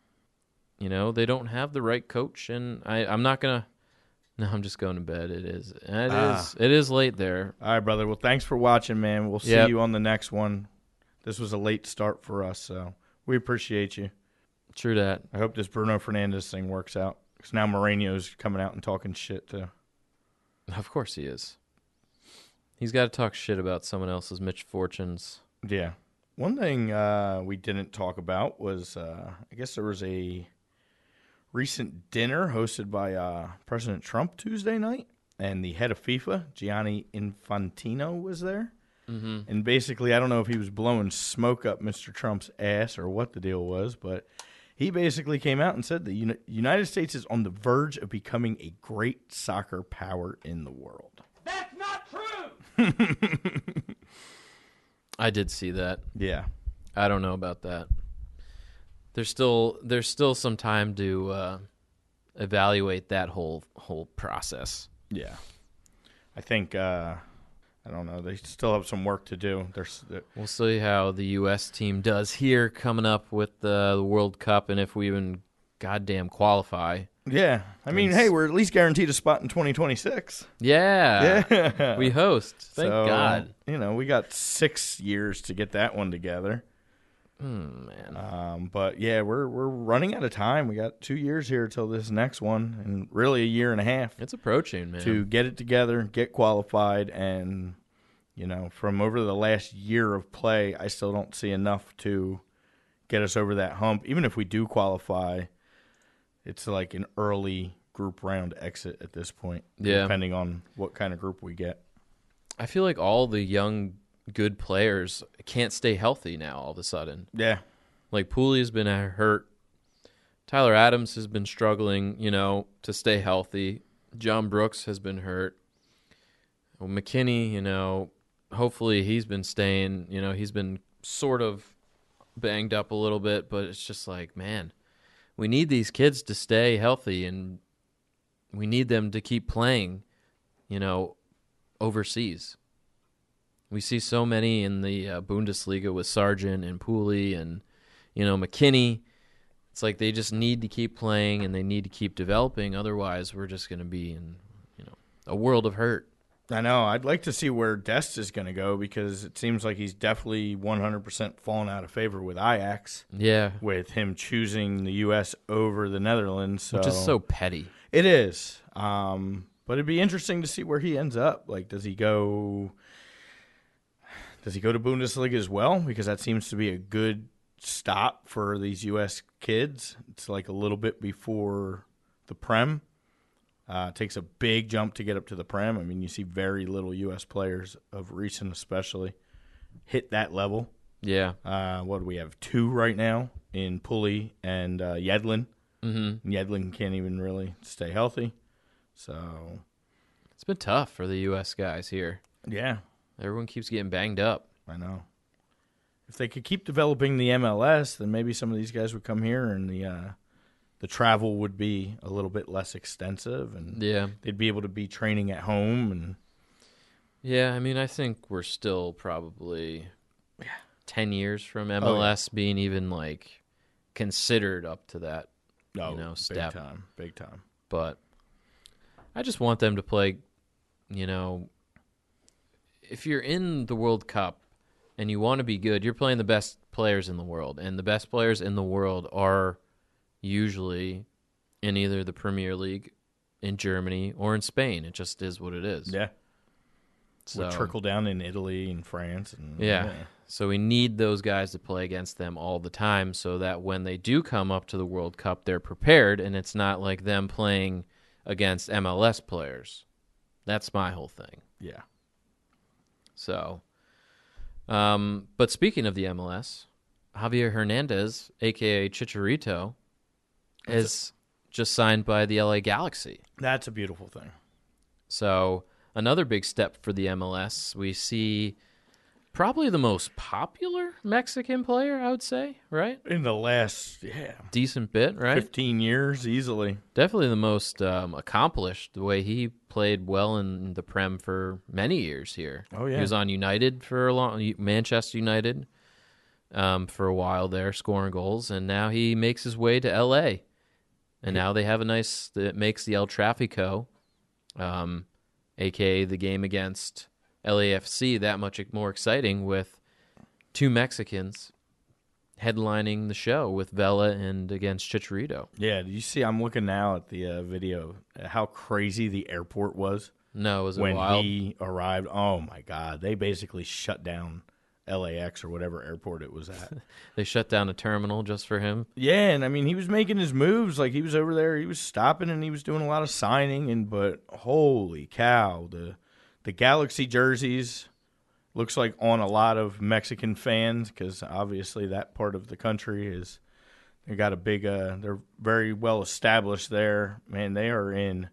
You know, they don't have the right coach and I I'm not going to (laughs) no, I'm just going to bed. It is. It is. Ah. It is late there. All right, brother. Well, thanks for watching, man. We'll see Yep. you on the next one. This was a late start for us, so we appreciate you. True that. I hope this Bruno Fernandez thing works out. Because now Mourinho's coming out and talking shit too. Of course he is. He's got to talk shit about someone else's misfortunes. Yeah. One thing uh, we didn't talk about was uh, I guess there was a recent dinner hosted by uh, President Trump Tuesday night, and the head of FIFA, Gianni Infantino, was there. Mm-hmm. And basically, I don't know if he was blowing smoke up Mr. Trump's ass or what the deal was, but he basically came out and said the Uni- United States is on the verge of becoming a great soccer power in the world. That's not true! I did see that. Yeah. I don't know about that. There's still there's still some time to uh, evaluate that whole whole process. Yeah, I think uh, I don't know. They still have some work to do. There's uh, We'll see how the U.S. team does here coming up with the, the World Cup and if we even goddamn qualify. yeah. I mean, hey, we're at least guaranteed a spot in 2026. (laughs) Yeah, we host. Thank So, God, You know, we got six years to get that one together. Hmm, man. Um, but yeah, we're we're running out of time. We got two years here till this next one, and really a year and a half it's approaching, man. to get it together, get qualified, and you know, from over the last year of play, I still don't see enough to get us over that hump. Even if we do qualify, it's like an early group round exit at this point. Yeah. Depending on what kind of group we get. I feel like all the young good players can't stay healthy now all of a sudden. Yeah. Like Pooley has been hurt. Tyler Adams has been struggling, you know, to stay healthy. John Brooks has been hurt. Well, McKinney, you know, hopefully he's been staying. You know, he's been sort of banged up a little bit, but it's just like, man, we need these kids to stay healthy and we need them to keep playing, you know, overseas. We see so many in the uh, Bundesliga with Sargent and Pooley and, you know, McKinney. It's like they just need to keep playing and they need to keep developing. Otherwise, we're just going to be in, you know, a world of hurt. I know. I'd like to see where Dest is going to go because it seems like he's definitely 100% fallen out of favor with Ajax, Yeah. with him choosing the U.S. over the Netherlands. So Which is so petty. It is. Um, but it'd be interesting to see where he ends up. Like, does he go? Does he go to Bundesliga as well? Because that seems to be a good stop for these U.S. kids. It's like a little bit before the Prem. Uh, it takes a big jump to get up to the Prem. I mean, you see very little U.S. players of recent, especially, hit that level. Yeah. Uh, what do we have? Two right now in Pulley and uh, Yedlin. Mm-hmm. Yedlin can't even really stay healthy. So, It's been tough for the U.S. guys here. yeah, Everyone keeps getting banged up. I know. If they could keep developing the MLS, then maybe some of these guys would come here and the uh, the travel would be a little bit less extensive and Yeah. they'd be able to be training at home and Yeah, I mean, I think we're still probably 10 years from MLS being even like considered up to that. no, know, oh, big step. time, big time. But I just want them to play, you know, if you're in the World Cup and you want to be good, you're playing the best players in the world. And the best players in the world are usually in either the Premier League in Germany or in Spain. It just is what it is. Yeah, so. would trickle down in Italy and France and Yeah. So we need those guys to play against them all the time so that when they do come up to the World Cup, they're prepared and it's not like them playing against MLS players. That's my whole thing. yeah. So, um, but speaking of the MLS, Javier Hernandez, aka Chicharito, is just signed by the LA Galaxy. That's a beautiful thing. So another big step for the MLS. We see probably the most popular Mexican player, I would say, right? In the last yeah Decent bit, right? 15 years easily. Definitely the most um, accomplished. The way he played well in the Prem for many years here. Oh, yeah. he was on United for a long Manchester United um, for a while there, scoring goals, and now he makes his way to L.A. And now they have a nice that makes the El Trafico, um, aka the game against LAFC, that much e, more exciting with two Mexicans headlining the show with Vela and against Chicharito. Yeah, do you see? I'm looking now at the uh, video. uh, How crazy the airport was No, it was a when wild. he arrived. Oh my God! They basically shut down LAX or whatever airport it was at. They shut down a terminal just for him. yeah, and I mean, he was making his moves. Like he was over there, he was stopping and he was doing a lot of signing. And but holy cow, the the Galaxy jerseys looks like on a lot of Mexican fans because obviously that part of the country is they got a big uh they're very well established there. Man, they are in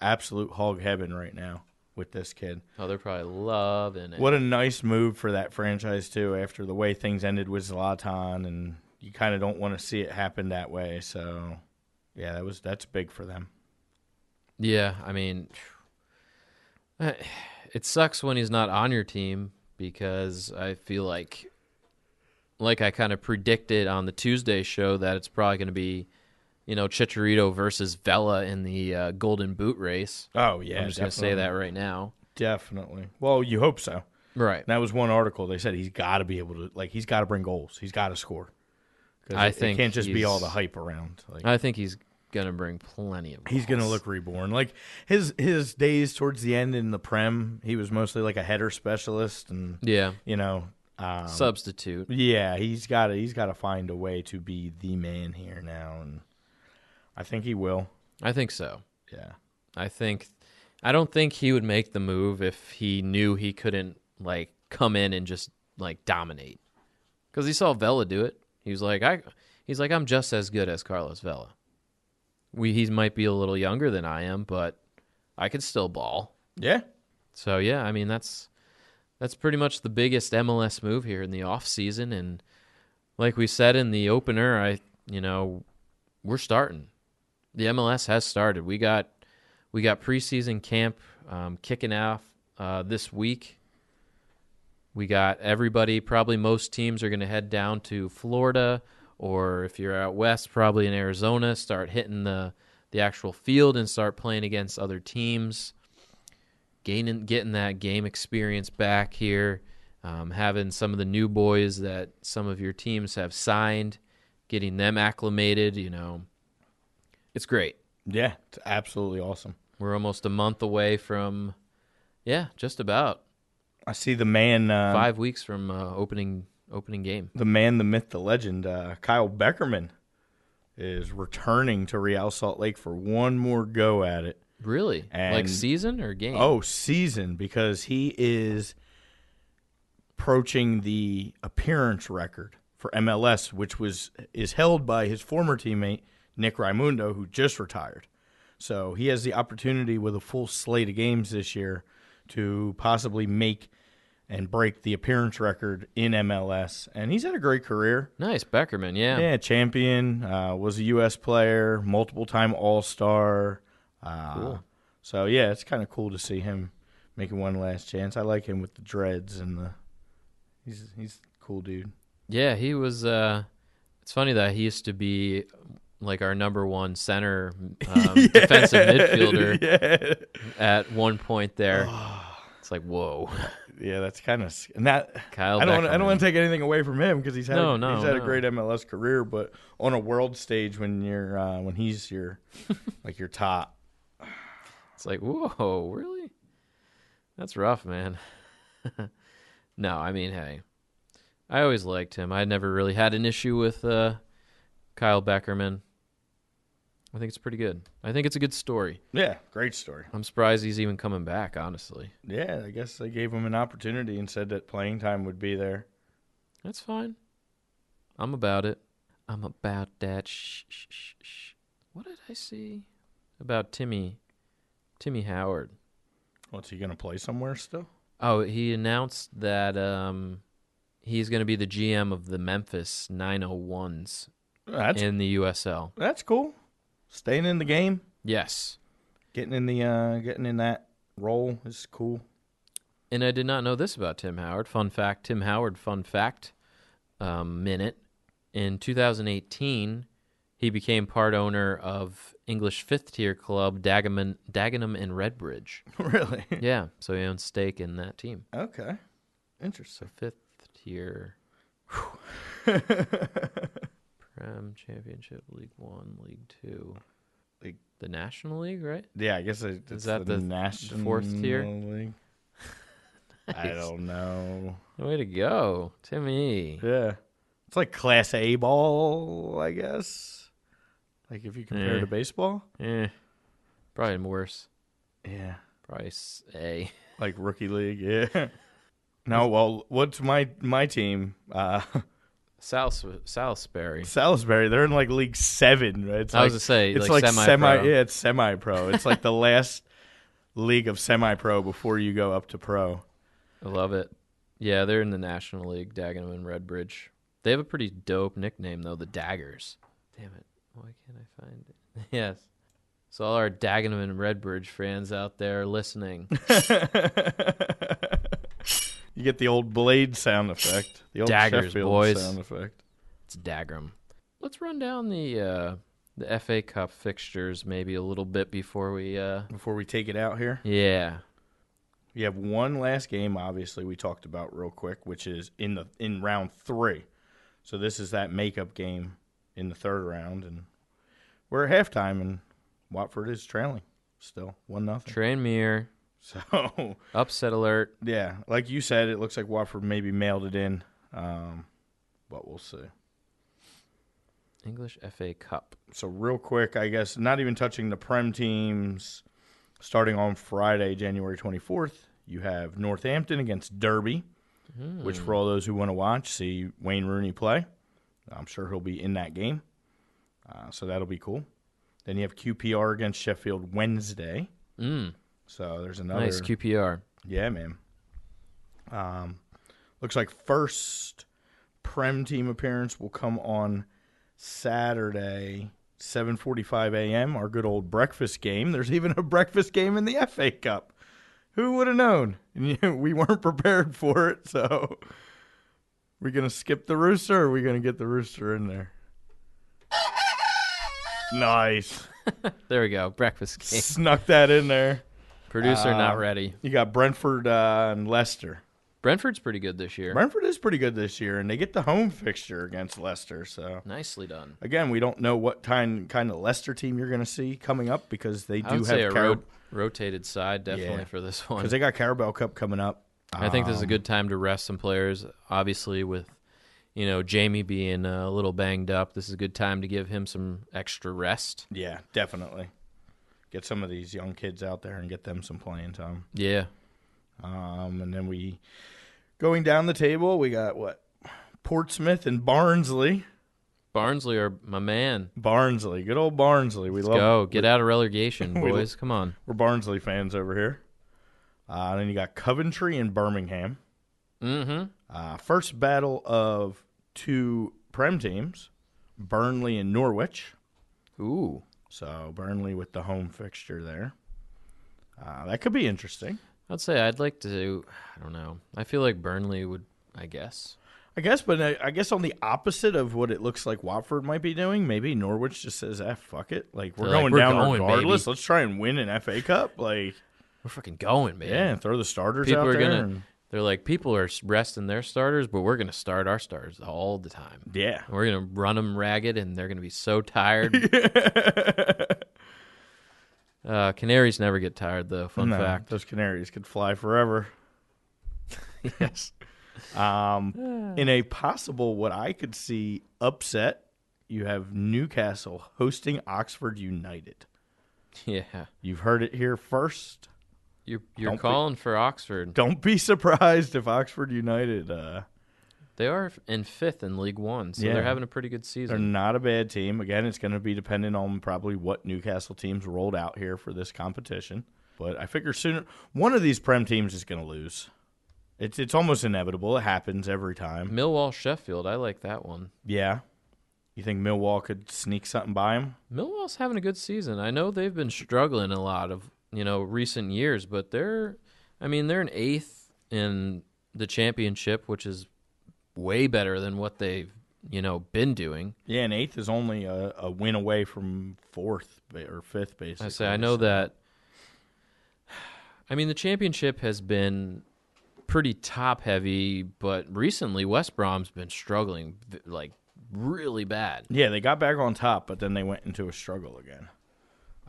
absolute hog heaven right now with this kid. Oh, they're probably loving it. What a nice move for that franchise too. After the way things ended with Zlatan, and you kind of don't want to see it happen that way. So, yeah, that was that's big for them. Yeah, I mean, (sighs) it sucks when he's not on your team because I feel like, like I kind of predicted on the Tuesday show that it's probably going to be, you know, Chicharito versus Vela in the uh, Golden Boot race. Oh yeah, I'm just going to say that right now. definitely. Well, you hope so. Right. That was one article. They said he's got to be able to like he's got to bring goals. He's got to score. 'Cause I it- think it can't just be all he's- the hype around. Like I think he's going to bring plenty of. he's gonna goals. look reborn. Like his his days towards the end in the prem, he was mostly like a header specialist, and Yeah. you know. Um, Substitute. Yeah, he's got to he's got to find a way to be the man here now, and I think he will. I think so. Yeah, I think I don't think he would make the move if he knew he couldn't like come in and just like dominate. Cuz he saw Vela do it. He was like I he's like I'm just as good as Carlos Vela. We he might be a little younger than I am, but I could still ball. Yeah. So yeah, I mean that's that's pretty much the biggest MLS move here in the off season and like we said in the opener, I you know, we're starting. The MLS has started. We got we got preseason camp um, kicking off uh, this week. We got everybody. Probably most teams are going to head down to Florida, or if you're out west, probably in Arizona. Start hitting the the actual field and start playing against other teams. Gaining, getting that game experience back here. Um, having some of the new boys that some of your teams have signed, getting them acclimated. You know, it's great Yeah. It's absolutely awesome. we're almost a month away from yeah just about I see the man, uh, five weeks from uh, opening opening game the man, the myth, the legend, uh, Kyle Beckerman, is returning to Real Salt Lake for one more go at it. really like And- season or game Oh, season because he is approaching the appearance record for MLS, which was is held by his former teammate Nick Raimundo, who just retired. So he has the opportunity with a full slate of games this year to possibly make and break the appearance record in MLS. And he's had a great career. nice beckerman yeah. Yeah, champion. Uh, was a U.S. player, multiple time All Star. Uh, So yeah, it's kind of cool to see him making one last chance. I like him with the dreads and the. He's he's a (laughs) cool dude. Yeah, he was. Uh, it's funny that he used to be like our number one (laughs) center um, defensive midfielder at one point. There, it's like whoa. (laughs) Yeah, that's kind of and that. Kyle I don't wanna, I Beckerman. don't want to take anything away from him because he's had No, a, no, he's had no. a great MLS career, but on a world stage when you're uh, when (laughs) he's your like your top. It's like whoa, really? That's rough, man. (laughs) no, I mean, hey, I always liked him. I never really had an issue with uh, Kyle Beckerman. I think it's pretty good. I think it's a good story. Yeah, great story. I'm surprised he's even coming back. Honestly, Yeah, I guess they gave him an opportunity and said that playing time would be there. That's fine. I'm about it. I'm about that. Shh, shh, shh, shh. What did I see about Timmy? Timmy Howard. What's he gonna play somewhere still? Oh, he announced that um, he's going to be the GM of the Memphis 901s That's in the USL. that's cool. Staying in the game, Yes. getting in the uh, getting in that role is cool. (laughs) And I did not know this about Tim Howard. Fun fact Tim Howard, fun fact um, minute. In 2018, he became part owner of English fifth tier club Dagenham, Dagenham and Redbridge. really? Yeah, so he owns stake in that team. Okay. Interesting. Fifth tier. Prem Championship, League One, League Two. League- The National League, right? Yeah, I guess it- it's that the- the national fourth tier? (laughs) league. I don't know. Way to go, Timmy. Yeah, it's like Class A ball, I guess. Like if you compare Yeah. to baseball. Eh, probably worse. Yeah. Probably s- A. like rookie league. (laughs) Yeah. No, well, what's my my team? Uh, (laughs) South Salisbury. Salisbury. They're in like League Seven, right? It's I was like- gonna say, it's like, like, semi-pro. semi. Yeah, it's semi pro. It's like the last league of semi pro before you go up to pro. I love it. Yeah, they're in the National League, Dagenham and Redbridge. They have a pretty dope nickname though, the Daggers. Damn it. Why can't I find it? (laughs) Yes. So all our Dagenham and Redbridge fans out there listening. You get the old blade sound effect, the old Daggers, Sheffield boys. sound effect. It's Dagram. Let's run down the uh, the FA Cup fixtures maybe a little bit before we. Uh, Before we take it out here, yeah, we have one last game. Obviously, we talked about real quick, which is in the in round three. So this is that makeup game in the third round, and we're at halftime, and Watford is trailing still one nothing. Train Mirror (laughs) so upset alert. yeah, like you said, it looks like Watford maybe mailed it in, um, but we'll see. English FA Cup. So real quick, I guess not even touching the prem teams. Starting on Friday, January twenty fourth, you have Northampton against Derby, which for all those who want to watch, see Wayne Rooney play. I'm sure he'll be in that game, uh, so that'll be cool. Then you have QPR against Sheffield Wednesday. Mm. So there's another Nice QPR. Yeah, man. Um, looks like first prem team appearance will come on Saturday, seven forty-five a.m. Our good old breakfast game. There's even a breakfast game in the FA Cup. Who would have known? (laughs) we weren't prepared for it, so (laughs) we're gonna skip the rooster. Or are we gonna get the rooster in there? Nice, There we go. Breakfast game. snuck that in there. (laughs) Producer Uh, not ready. You got Brentford uh, and Leicester. Brentford's pretty good this year. Brentford is pretty good this year, and they get the home fixture against Leicester. So Nicely done. again, we don't know what time kind of Leicester team you're going to see coming up because they I do would say a have Car- ro- rotated side definitely Yeah. for this one. because they Um. got Carabao Cup coming up. I think this is a good time to rest some players. Obviously, with you know Jamie being uh, a little banged up, this is a good time to give him some extra rest. Yeah, definitely. Get some of these young kids out there and get them some playing time. Yeah, Um, and then we going down the table. We got what Portsmouth and Barnsley. Barnsley are my man. Barnsley, good old Barnsley. We love Go get out of relegation, (laughs) we- boys. Come on. We're Barnsley fans over here. Uh, then you got Coventry and Birmingham. Mm-hmm. Uh, first battle of two Prem teams, Burnley and Norwich. Ooh, So Burnley with the home fixture there. Uh, that could be interesting. I'd say I'd like to. I don't know. I feel like Burnley would. I guess. I guess, but uh, I, I guess on the opposite of what it looks like Watford might be doing, maybe Norwich just says, ah, fuck it. Like, we're They're like, going "We're down going, regardless. baby." Let's try and win an FA Cup. Like, We're fucking going, man. yeah, throw the starters People out are there. gonna. and- They're like people are resting their starters, but we're gonna start our starters all the time. yeah. We're gonna run them ragged, and they're gonna be so (laughs) tired. uh, canaries never get tired, though. Fun No, fact. Those canaries could fly forever. (laughs) yes. Um, in a possible, what I could see upset, you have Newcastle hosting Oxford United. (laughs) Yeah. You've heard it here first. You're you're Don't be- calling for Oxford. Don't be surprised if Oxford United, uh, They are in fifth in League One, so Yeah. they're having a pretty good they're season. not a bad team. Again, it's going to be dependent on probably what Newcastle teams rolled out here for this competition. But I figure sooner one of these Prem teams is going to lose. It's it's almost inevitable. It happens every time. Millwall, Sheffield. I like that one. Yeah. You think Millwall could sneak something by them? Millwall's having a good season. I know they've been struggling a lot of you know recent years, but they're, I mean, they're an eighth in the championship, which is way better than what they've you know been doing. Yeah, and eighth is only a, a win away from fourth ba- or fifth, basically. I say I know that. (sighs) I mean, the championship has been pretty top heavy, but recently West Brom's been struggling v- like really bad. Yeah, they got back on top, but then they went into a struggle again.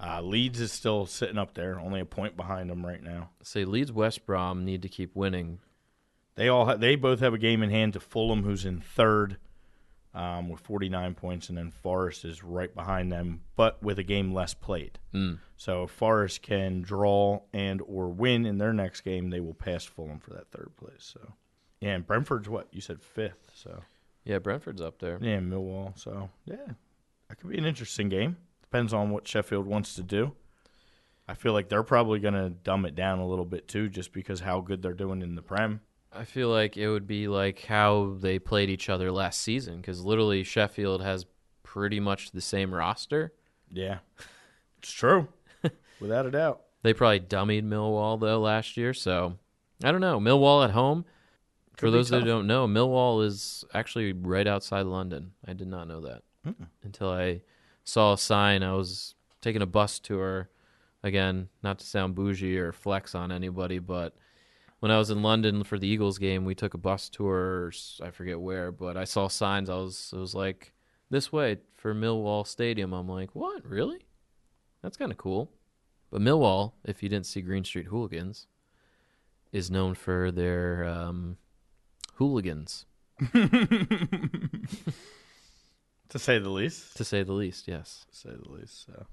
Uh, Leeds is still sitting up there, only a point behind them right now. Say Leeds, West Brom need to keep winning. They all ha- they both have a game in hand to Fulham, who's in third um, with forty nine points, and then Forest is right behind them, but with a game less played. So if Forest can draw and or win in their next game, they will pass Fulham for that third place. So yeah, and Brentford's what you said fifth. So Yeah, Brentford's up there. yeah, Millwall. So yeah, that could be an interesting game. Depends on what Sheffield wants to do. I feel like they're probably going to dumb it down a little bit too, just because how good they're doing in the Prem. I feel like it would be like how they played each other last season because literally Sheffield has pretty much the same roster. Yeah, (laughs) it's true, (laughs) without a doubt. They probably dummied Millwall though last year, so I don't know. Millwall at home. For be those that tough. don't know, Millwall is actually right outside London. I did not know that until I saw a sign. I was taking a bus tour. Again, not to sound bougie or flex on anybody, but when I was in London for the Eagles game, we took a bus tour. s- I forget where, but I saw signs. I was it was like this way for Millwall Stadium. I'm like, what? Really? That's kind of cool. But Millwall, if you didn't see Green Street Hooligans, is known for their um, hooligans, To say the least. to say the least. Yes. To say the least. So.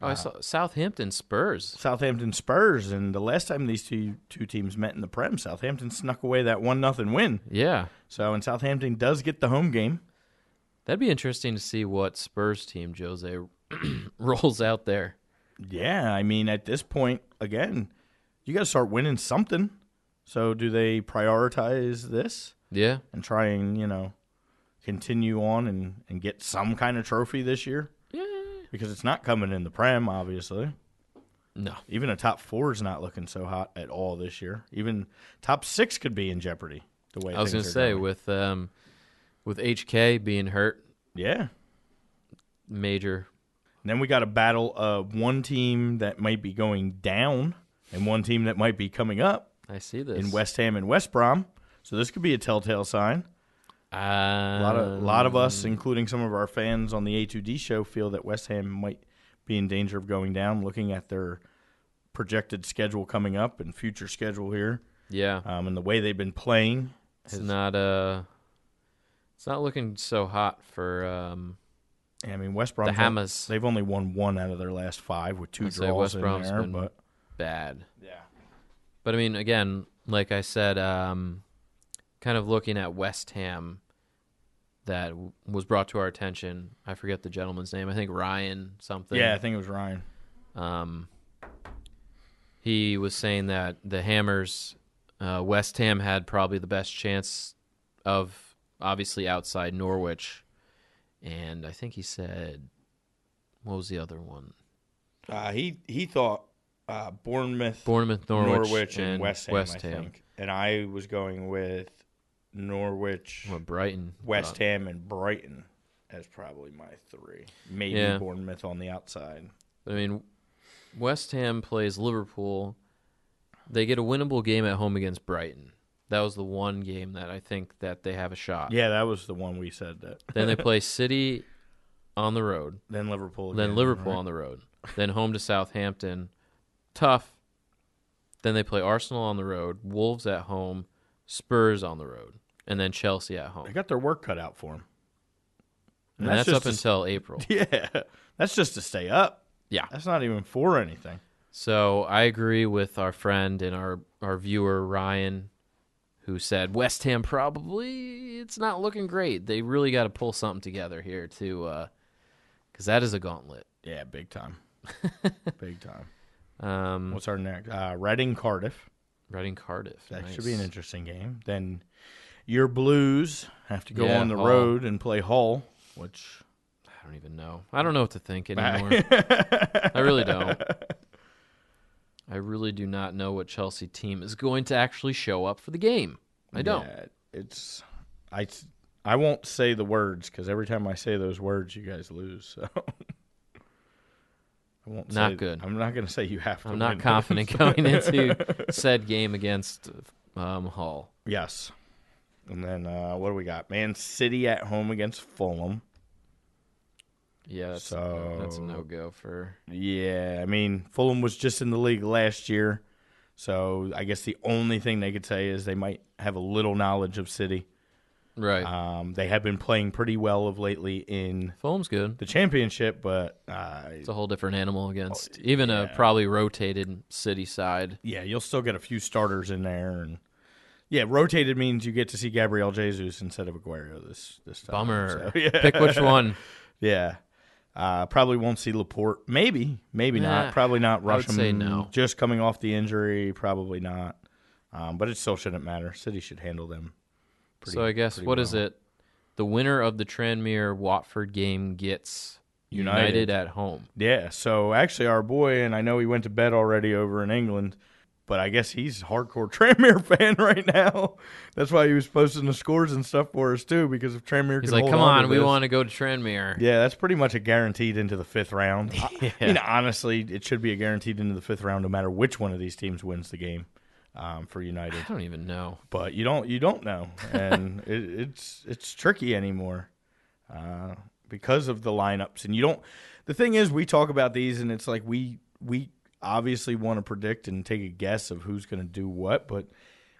Oh, I saw Southampton Spurs. Southampton Spurs, and the last time these two two teams met in the Prem, Southampton snuck away that one nothing win. Yeah, So, and Southampton does get the home game. that'd be interesting to see what Spurs team Jose (clears throat) rolls out there. Yeah, I mean, at this point, again, you got to start winning something. So do they prioritize this Yeah. and try and you know continue on and and get some kind of trophy this year? Because it's not coming in the prem, obviously. No. Even a top four is not looking so hot at all this year. Even top six could be in jeopardy. The way I was things gonna are say going. with um, with HK being hurt, yeah. major. Then we got a battle of one team that might be going down and one team that might be coming up I see this in West Ham and West Brom. So this could be a telltale sign. Uh, A lot of, Um, a lot of us, including some of our fans on the A2D show, feel that West Ham might be in danger of going down. Looking at their projected schedule coming up and future schedule here, yeah. um, and the way they've been playing, it's not uh, it's not looking so hot for um. I mean West Brom. Hammers. They've only won one out of their last five with 2 I'd say draws West in Brom's there, been- but bad. Yeah. But I mean, again, like I said, um, kind of looking at West Ham that w- was brought to our attention. I forget the gentleman's name. I think Ryan something. yeah, I think it was Ryan. Um, he was saying that the Hammers, uh, West Ham had probably the best chance of obviously outside Norwich. And I think he said, what was the other one? Uh, he he thought uh, Bournemouth, Bournemouth, Norwich, Norwich, and, West Ham, West I Ham. think. And I was going with Norwich, Well, Brighton. West but- Ham, and Brighton as probably my three. Maybe Yeah. Bournemouth on the outside. I mean, West Ham plays Liverpool. They get a winnable game at home against Brighton. That was the one game that I think that they have a shot. Yeah, that was the one we said that. Then they play City on the road, Then Liverpool. then again, Liverpool right? on the road, then home to Southampton. Tough. Then they play Arsenal on the road, Wolves at home, Spurs on the road, and then Chelsea at home. They got their work cut out for them. And that's, up just until (laughs) April. to, yeah. That's just to stay up. Yeah. That's not even for anything. So I agree with our friend and our, our viewer Ryan, who said West Ham probably it's not looking great. They really got to pull something together here to, because that is a gauntlet. Yeah, big time. (laughs) big time. Um, What's our next? Uh, Reading Cardiff. Reading Cardiff. That Nice. should be an interesting game. Then your Blues have to go Yeah, on the Hull. road and play Hull, (laughs) which I don't even know. I don't know what to think anymore. I (laughs) really don't. I really do not know what Chelsea team is going to actually show up for the game. I don't. (laughs) Yeah, it's I I won't say the words because every time I say those words, you guys lose. So (laughs) I won't. Not say- good. I'm not going to say you have to. I'm win (laughs) not this. confident going into said game against um, Hull. Yes. And then uh, what do we got? Man City at home against Fulham. Yeah, that's, a no- that's a So- no go for. Yeah, I mean Fulham was just in the league last year, so I guess the only thing they could say is they might have a little knowledge of City. Right. Um, they have been playing pretty well of lately in Fulham's good. the championship, but uh, It's a whole different animal Oh, against even a probably rotated city side. yeah, you'll still get a few starters in there, and yeah, rotated means you get to see Gabriel Jesus instead of Aguero this this time. Bummer. (laughs) So, yeah, Pick which one. yeah. Uh, probably won't see Laporte. Maybe, maybe Nah, not. Probably not I would Rusham. say no. Just coming off the injury, probably not. Um, but it still shouldn't matter. City should handle them. (laughs) Pretty, so I guess pretty what is well. it? The winner of the Tranmere Watford game gets United. United at home. Yeah. So actually, our boy, and I know he went to bed already over in England, but I guess he's a hardcore (laughs) Tranmere fan right now. That's why he was posting the scores and stuff for us too, because if Tranmere He's can like, hold "Come on, to we this- want to go to Tranmere." Yeah, that's pretty much a guaranteed into the fifth round. I, you know, honestly, it should be a guaranteed into the fifth round, no matter which one of these teams wins the game um, for United. I don't even know. But you don't, you don't know, and (laughs) it, it's it's tricky anymore uh, because of the lineups. And you don't. The thing is, we talk about these, and it's like we we obviously want to predict and take a guess of who's going to do what, but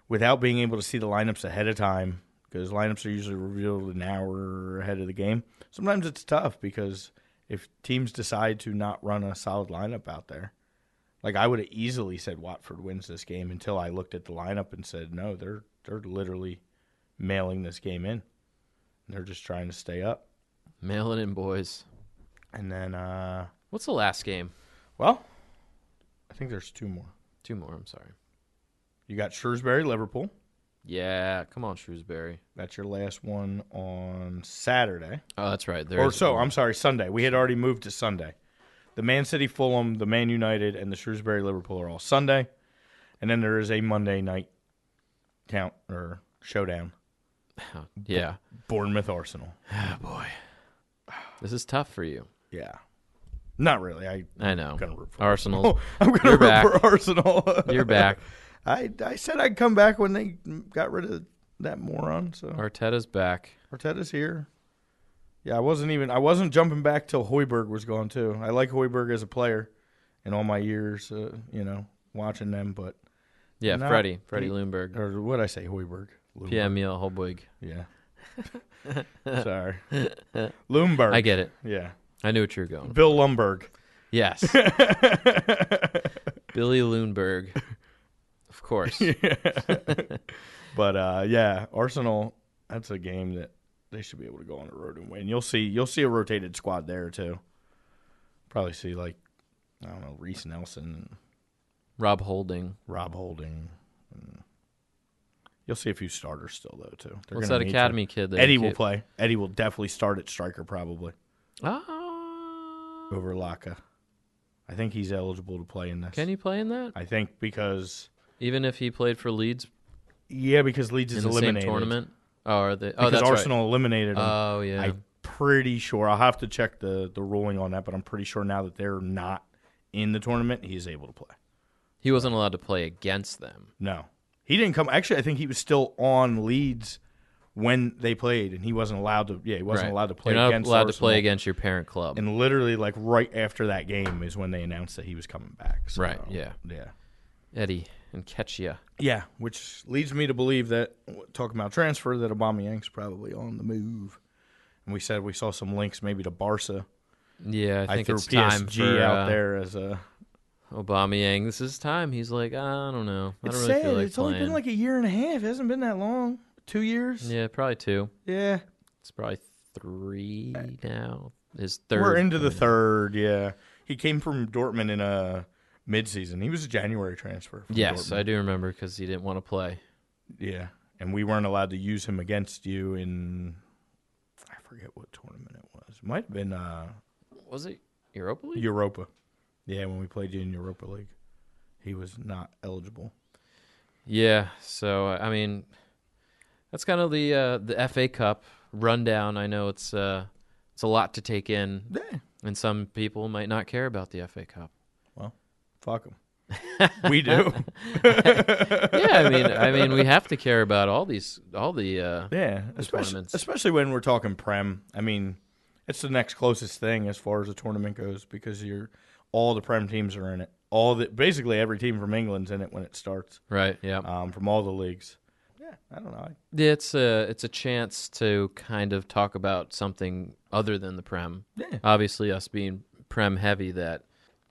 without being able to see the lineups ahead of time, because lineups are usually revealed an hour ahead of the game. Sometimes it's tough because if teams decide to not run a solid lineup out there, like I would have easily said Watford wins this game until I looked at the lineup and said, no, they're they're literally mailing this game in. They're just trying to stay up. Mail it in, boys. And then, uh, What's the last game? well, think there's two more. Two more. I'm sorry. You got Shrewsbury, Liverpool. Yeah, come on, Shrewsbury. That's your last one on Saturday. Oh, that's right. There Or is so, one. I'm sorry, Sunday. We had already moved to Sunday. The Man City Fulham, the Man United, and the Shrewsbury Liverpool are all Sunday. And then there is a Monday night count or showdown. yeah. Bournemouth Arsenal. Oh boy, this is tough for you. Yeah. Not really. I (laughs) I know. Gonna root for Oh. Arsenal. I'm gonna You're root back. for Arsenal. (laughs) You're back. I I said I'd come back when they got rid of that moron. So Arteta's back. Arteta's here. Yeah, I wasn't even I wasn't jumping back till Hoiberg was gone too. I like Hoiberg as a player, in all my years, uh, you know, watching them. But Yeah, No, Freddie. Freddie he- Lundberg. or what I say, Hoiberg. Lundberg. Yeah, Emil Holbwig. (laughs) Yeah. Sorry, Lumberg. I get it. Yeah, I knew what you were going. Bill Lumberg. (laughs) Yes. Billy Lundberg. Of (laughs) course. But uh, yeah, Arsenal. That's a game that they should be able to go on the road and win. You'll see. You'll see a rotated squad there too. Probably see like I don't know Reese Nelson, Rob Holding. Rob Holding. and- You'll see a few starters still though too. They're What's gonna that need academy to. kid? That Eddie you will keep- play. Eddie will definitely start at striker probably Oh. over Laka. I think he's eligible to play in this. Can he play in that? I think because Even if he played for Leeds yeah, because Leeds in is the eliminated. same tournament. Oh, are they? Oh, because that's Arsenal eliminated him. Right. Oh, yeah. I'm pretty sure. I'll have to check the the ruling on that, but I'm pretty sure now that they're not in the tournament, he is able to play. He wasn't allowed to play against them. No, he didn't come. Actually, I think he was still on Leeds when they played, and he wasn't allowed to. Yeah, he wasn't Right. allowed to play. You're not against allowed to Arsenal. play against your parent club. And literally, like right after that game is when they announced that he was coming back. So, Right, yeah. Yeah. Eddie and Ketchia. Yeah, which leads me to believe that talking about transfer, that Aubameyang's probably on the move. And we said we saw some links maybe to Barca. Yeah, I I, think threw it's time PSG for out uh, there as a Aubameyang. This is time. He's like, I don't know. I It's don't really sad. feel like it's playing. only been like a year and a half. It hasn't been that long. Two years. yeah, probably two. Yeah. It's probably three now. His 3rd Uh, We're into the third. Yeah. He came from Dortmund in a midseason. He was a January transfer. From Yes, Dortmund. I do remember because he didn't want to play. Yeah. And we weren't allowed to use him against you in. I forget what tournament it was. It might have been uh, Was it Europa League? Europa. Yeah, when we played you in Europa League, he was not eligible. Yeah. So I mean, that's kind of the uh, the FA Cup rundown. I know it's uh, it's a lot to take in, Yeah. and some people might not care about the FA Cup. Well, fuck him. we do. (laughs) yeah, I mean, I mean, we have to care about all these all the. Uh, Yeah, especially tournaments. especially when we're talking prem. I mean, it's the next closest thing as far as the tournament goes because you're all the prem teams are in it. All the basically every team from England's in it when it starts Right. Yeah. um, from all the leagues. Yeah, I don't know. It's a it's a chance to kind of talk about something other than the prem. Yeah. Obviously, us being prem heavy, that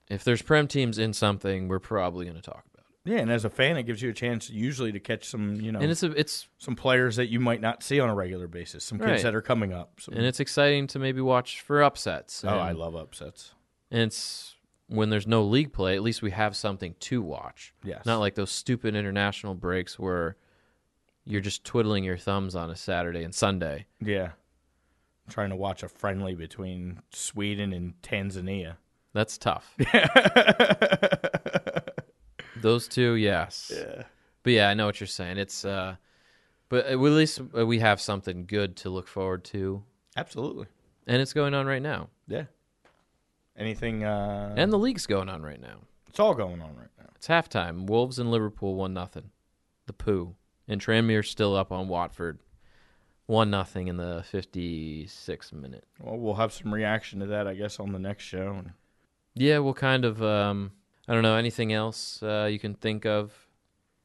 if there's prem teams in something, we're probably going to talk about it. Yeah, and as a fan, it gives you a chance usually to catch some you know And it's a, it's some players that you might not see on a regular basis, some kids Right. that are coming up. Some, and it's um, exciting to maybe watch for upsets. oh, I And- love upsets. And it's when there's no league play. At least we have something to watch. Yes. Not like those stupid international breaks where you're just twiddling your thumbs on a Saturday and Sunday. Yeah, trying to watch a friendly between Sweden and Tanzania. That's tough. Those two, yes. Yeah. But yeah, I know what you're saying. It's uh but at least we have something good to look forward to. Absolutely. And it's going on right now. Yeah. Anything? Uh, And the league's going on right now. it's all going on right now. It's halftime. Wolves and Liverpool one nothing. The poo. And Tranmere's still up on Watford. One nothing in the fifty sixth minute. Well, we'll have some reaction to that, I guess, on the next show. And Yeah, well kind of um I don't know, anything else uh you can think of?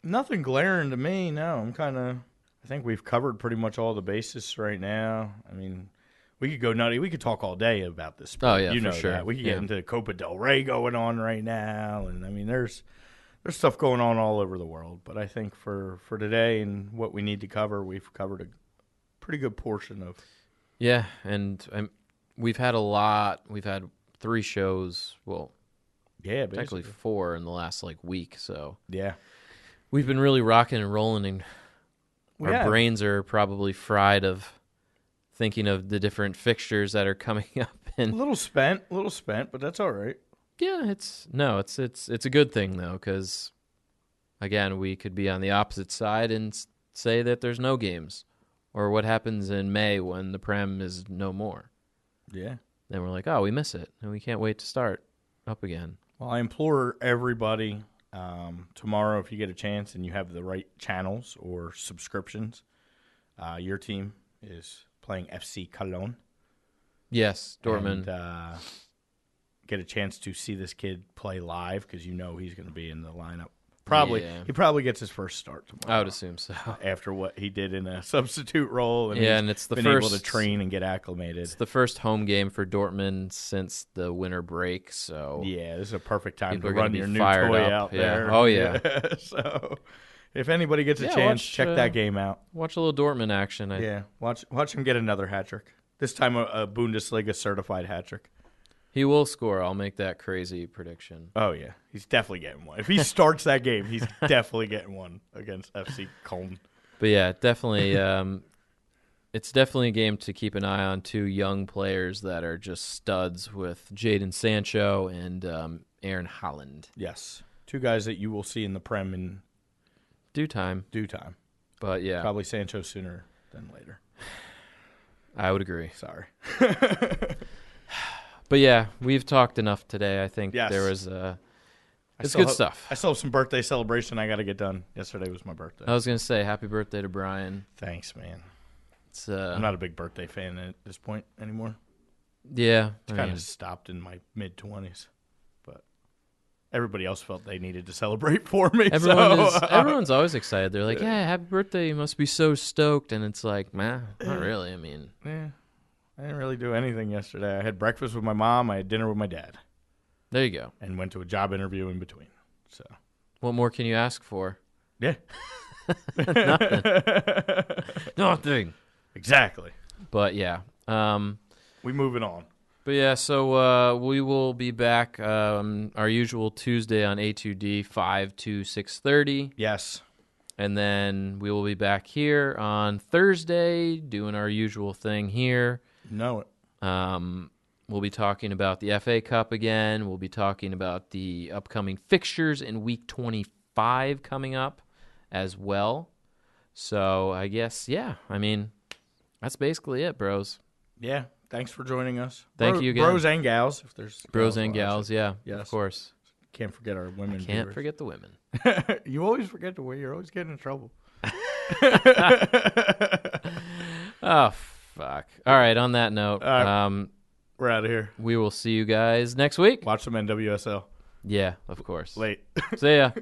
nothing glaring to me. No, I'm kind of. I think we've covered pretty much all the bases right now. I mean, we could go nutty. We could talk all day about this. Oh, yeah, you for know sure. that. We could Yeah. get into the Copa del Rey going on right now, and I mean, there's there's stuff going on all over the world. But I think for for today and what we need to cover, we've covered a pretty good portion of. Yeah, and i we've had a lot. We've had three shows. Well, Yeah, Technically basically. four in the last like week. So Yeah. we've been really rocking and rolling, and our Yeah. brains are probably fried of thinking of the different fixtures that are (laughs) coming up. A And little spent, a little spent, but that's all right. yeah, it's no, it's it's it's a good thing though, because again, we could be on the opposite side and s- say that there's no games, or what happens in May when the prem is no more. Yeah. Then we're like, oh, we miss it, and we can't wait to start up again. Well, I implore everybody um, tomorrow, if you get a chance and you have the right channels or subscriptions, uh, your team is playing FC Cologne. Yes, Dortmund. And, uh, get a chance to see this kid play live because you know he's going to be in the lineup. Probably Yeah. he probably gets his first start tomorrow I would assume (laughs) so. after what he did in a (laughs) substitute role. And Yeah, he's and it's the been able to first- train and get acclimated. It's the first home game for Dortmund since the winter break, so Yeah, this is a perfect time People to are gonna run be your new fired toy up, out yeah. there. Oh, (laughs) yeah. so, if anybody gets a Yeah, chance, watch, check uh, that game out. watch a little Dortmund action. I, Yeah, watch watch him get another hat trick. This time a, a Bundesliga certified hat trick. He will score. I'll make that crazy prediction. Oh yeah, he's definitely getting one. If he starts that game, (laughs) he's definitely getting one against FC Köln. But yeah, (laughs) definitely um it's definitely a game to keep an eye on two young players that are just studs with Jaden Sancho and um, Aaron Holland. Yes, two guys that you will see in the prem in Due time. due time. But yeah, Probably Sancho sooner than later. I would agree. Sorry. But yeah, we've talked enough today. I think Yes. there was uh I It's still good have- stuff. I still have some birthday celebration I got to get done. Yesterday was my birthday. I was going to say happy birthday to Brian. Thanks, man. It's uh I'm not a big birthday fan at this point anymore. Oh, yeah, I Kind mean, (laughs) of stopped in my mid twenties, but everybody else felt they needed to celebrate (laughs) for me. Everyone so, is, (laughs) uh, everyone's always excited. They're like, "Yeah, happy birthday! You must be so stoked." And it's like, "Nah, not really." I mean, yeah, I didn't really do anything yesterday. I had breakfast with my mom. I had dinner with my dad, there you go. and went to a job interview in between. So What more can you ask for? yeah, Nothing. exactly. But yeah, um, We moving on. but yeah. So uh, we will be back um, our usual Tuesday on A2D five to six thirty, Yes, and then we will be back here on Thursday doing our usual thing here. know it. Um, we'll be talking about the FA Cup again. We'll be talking about the upcoming fixtures in week 25 coming up as well. So I guess, yeah, I mean, that's basically it, bros. Yeah. Thanks for joining us. Thank you again. bros and gals. If there's Bros and watching. gals, yeah, Yes. of course. can't forget our women. Can't viewers. forget the women. (laughs) You always forget to wear. You're always getting in trouble. Oh, fuck. All right, on that note, right. um, We're out of here. we will see you guys next week. Watch some NWSL. Yeah, of course. Late. See ya.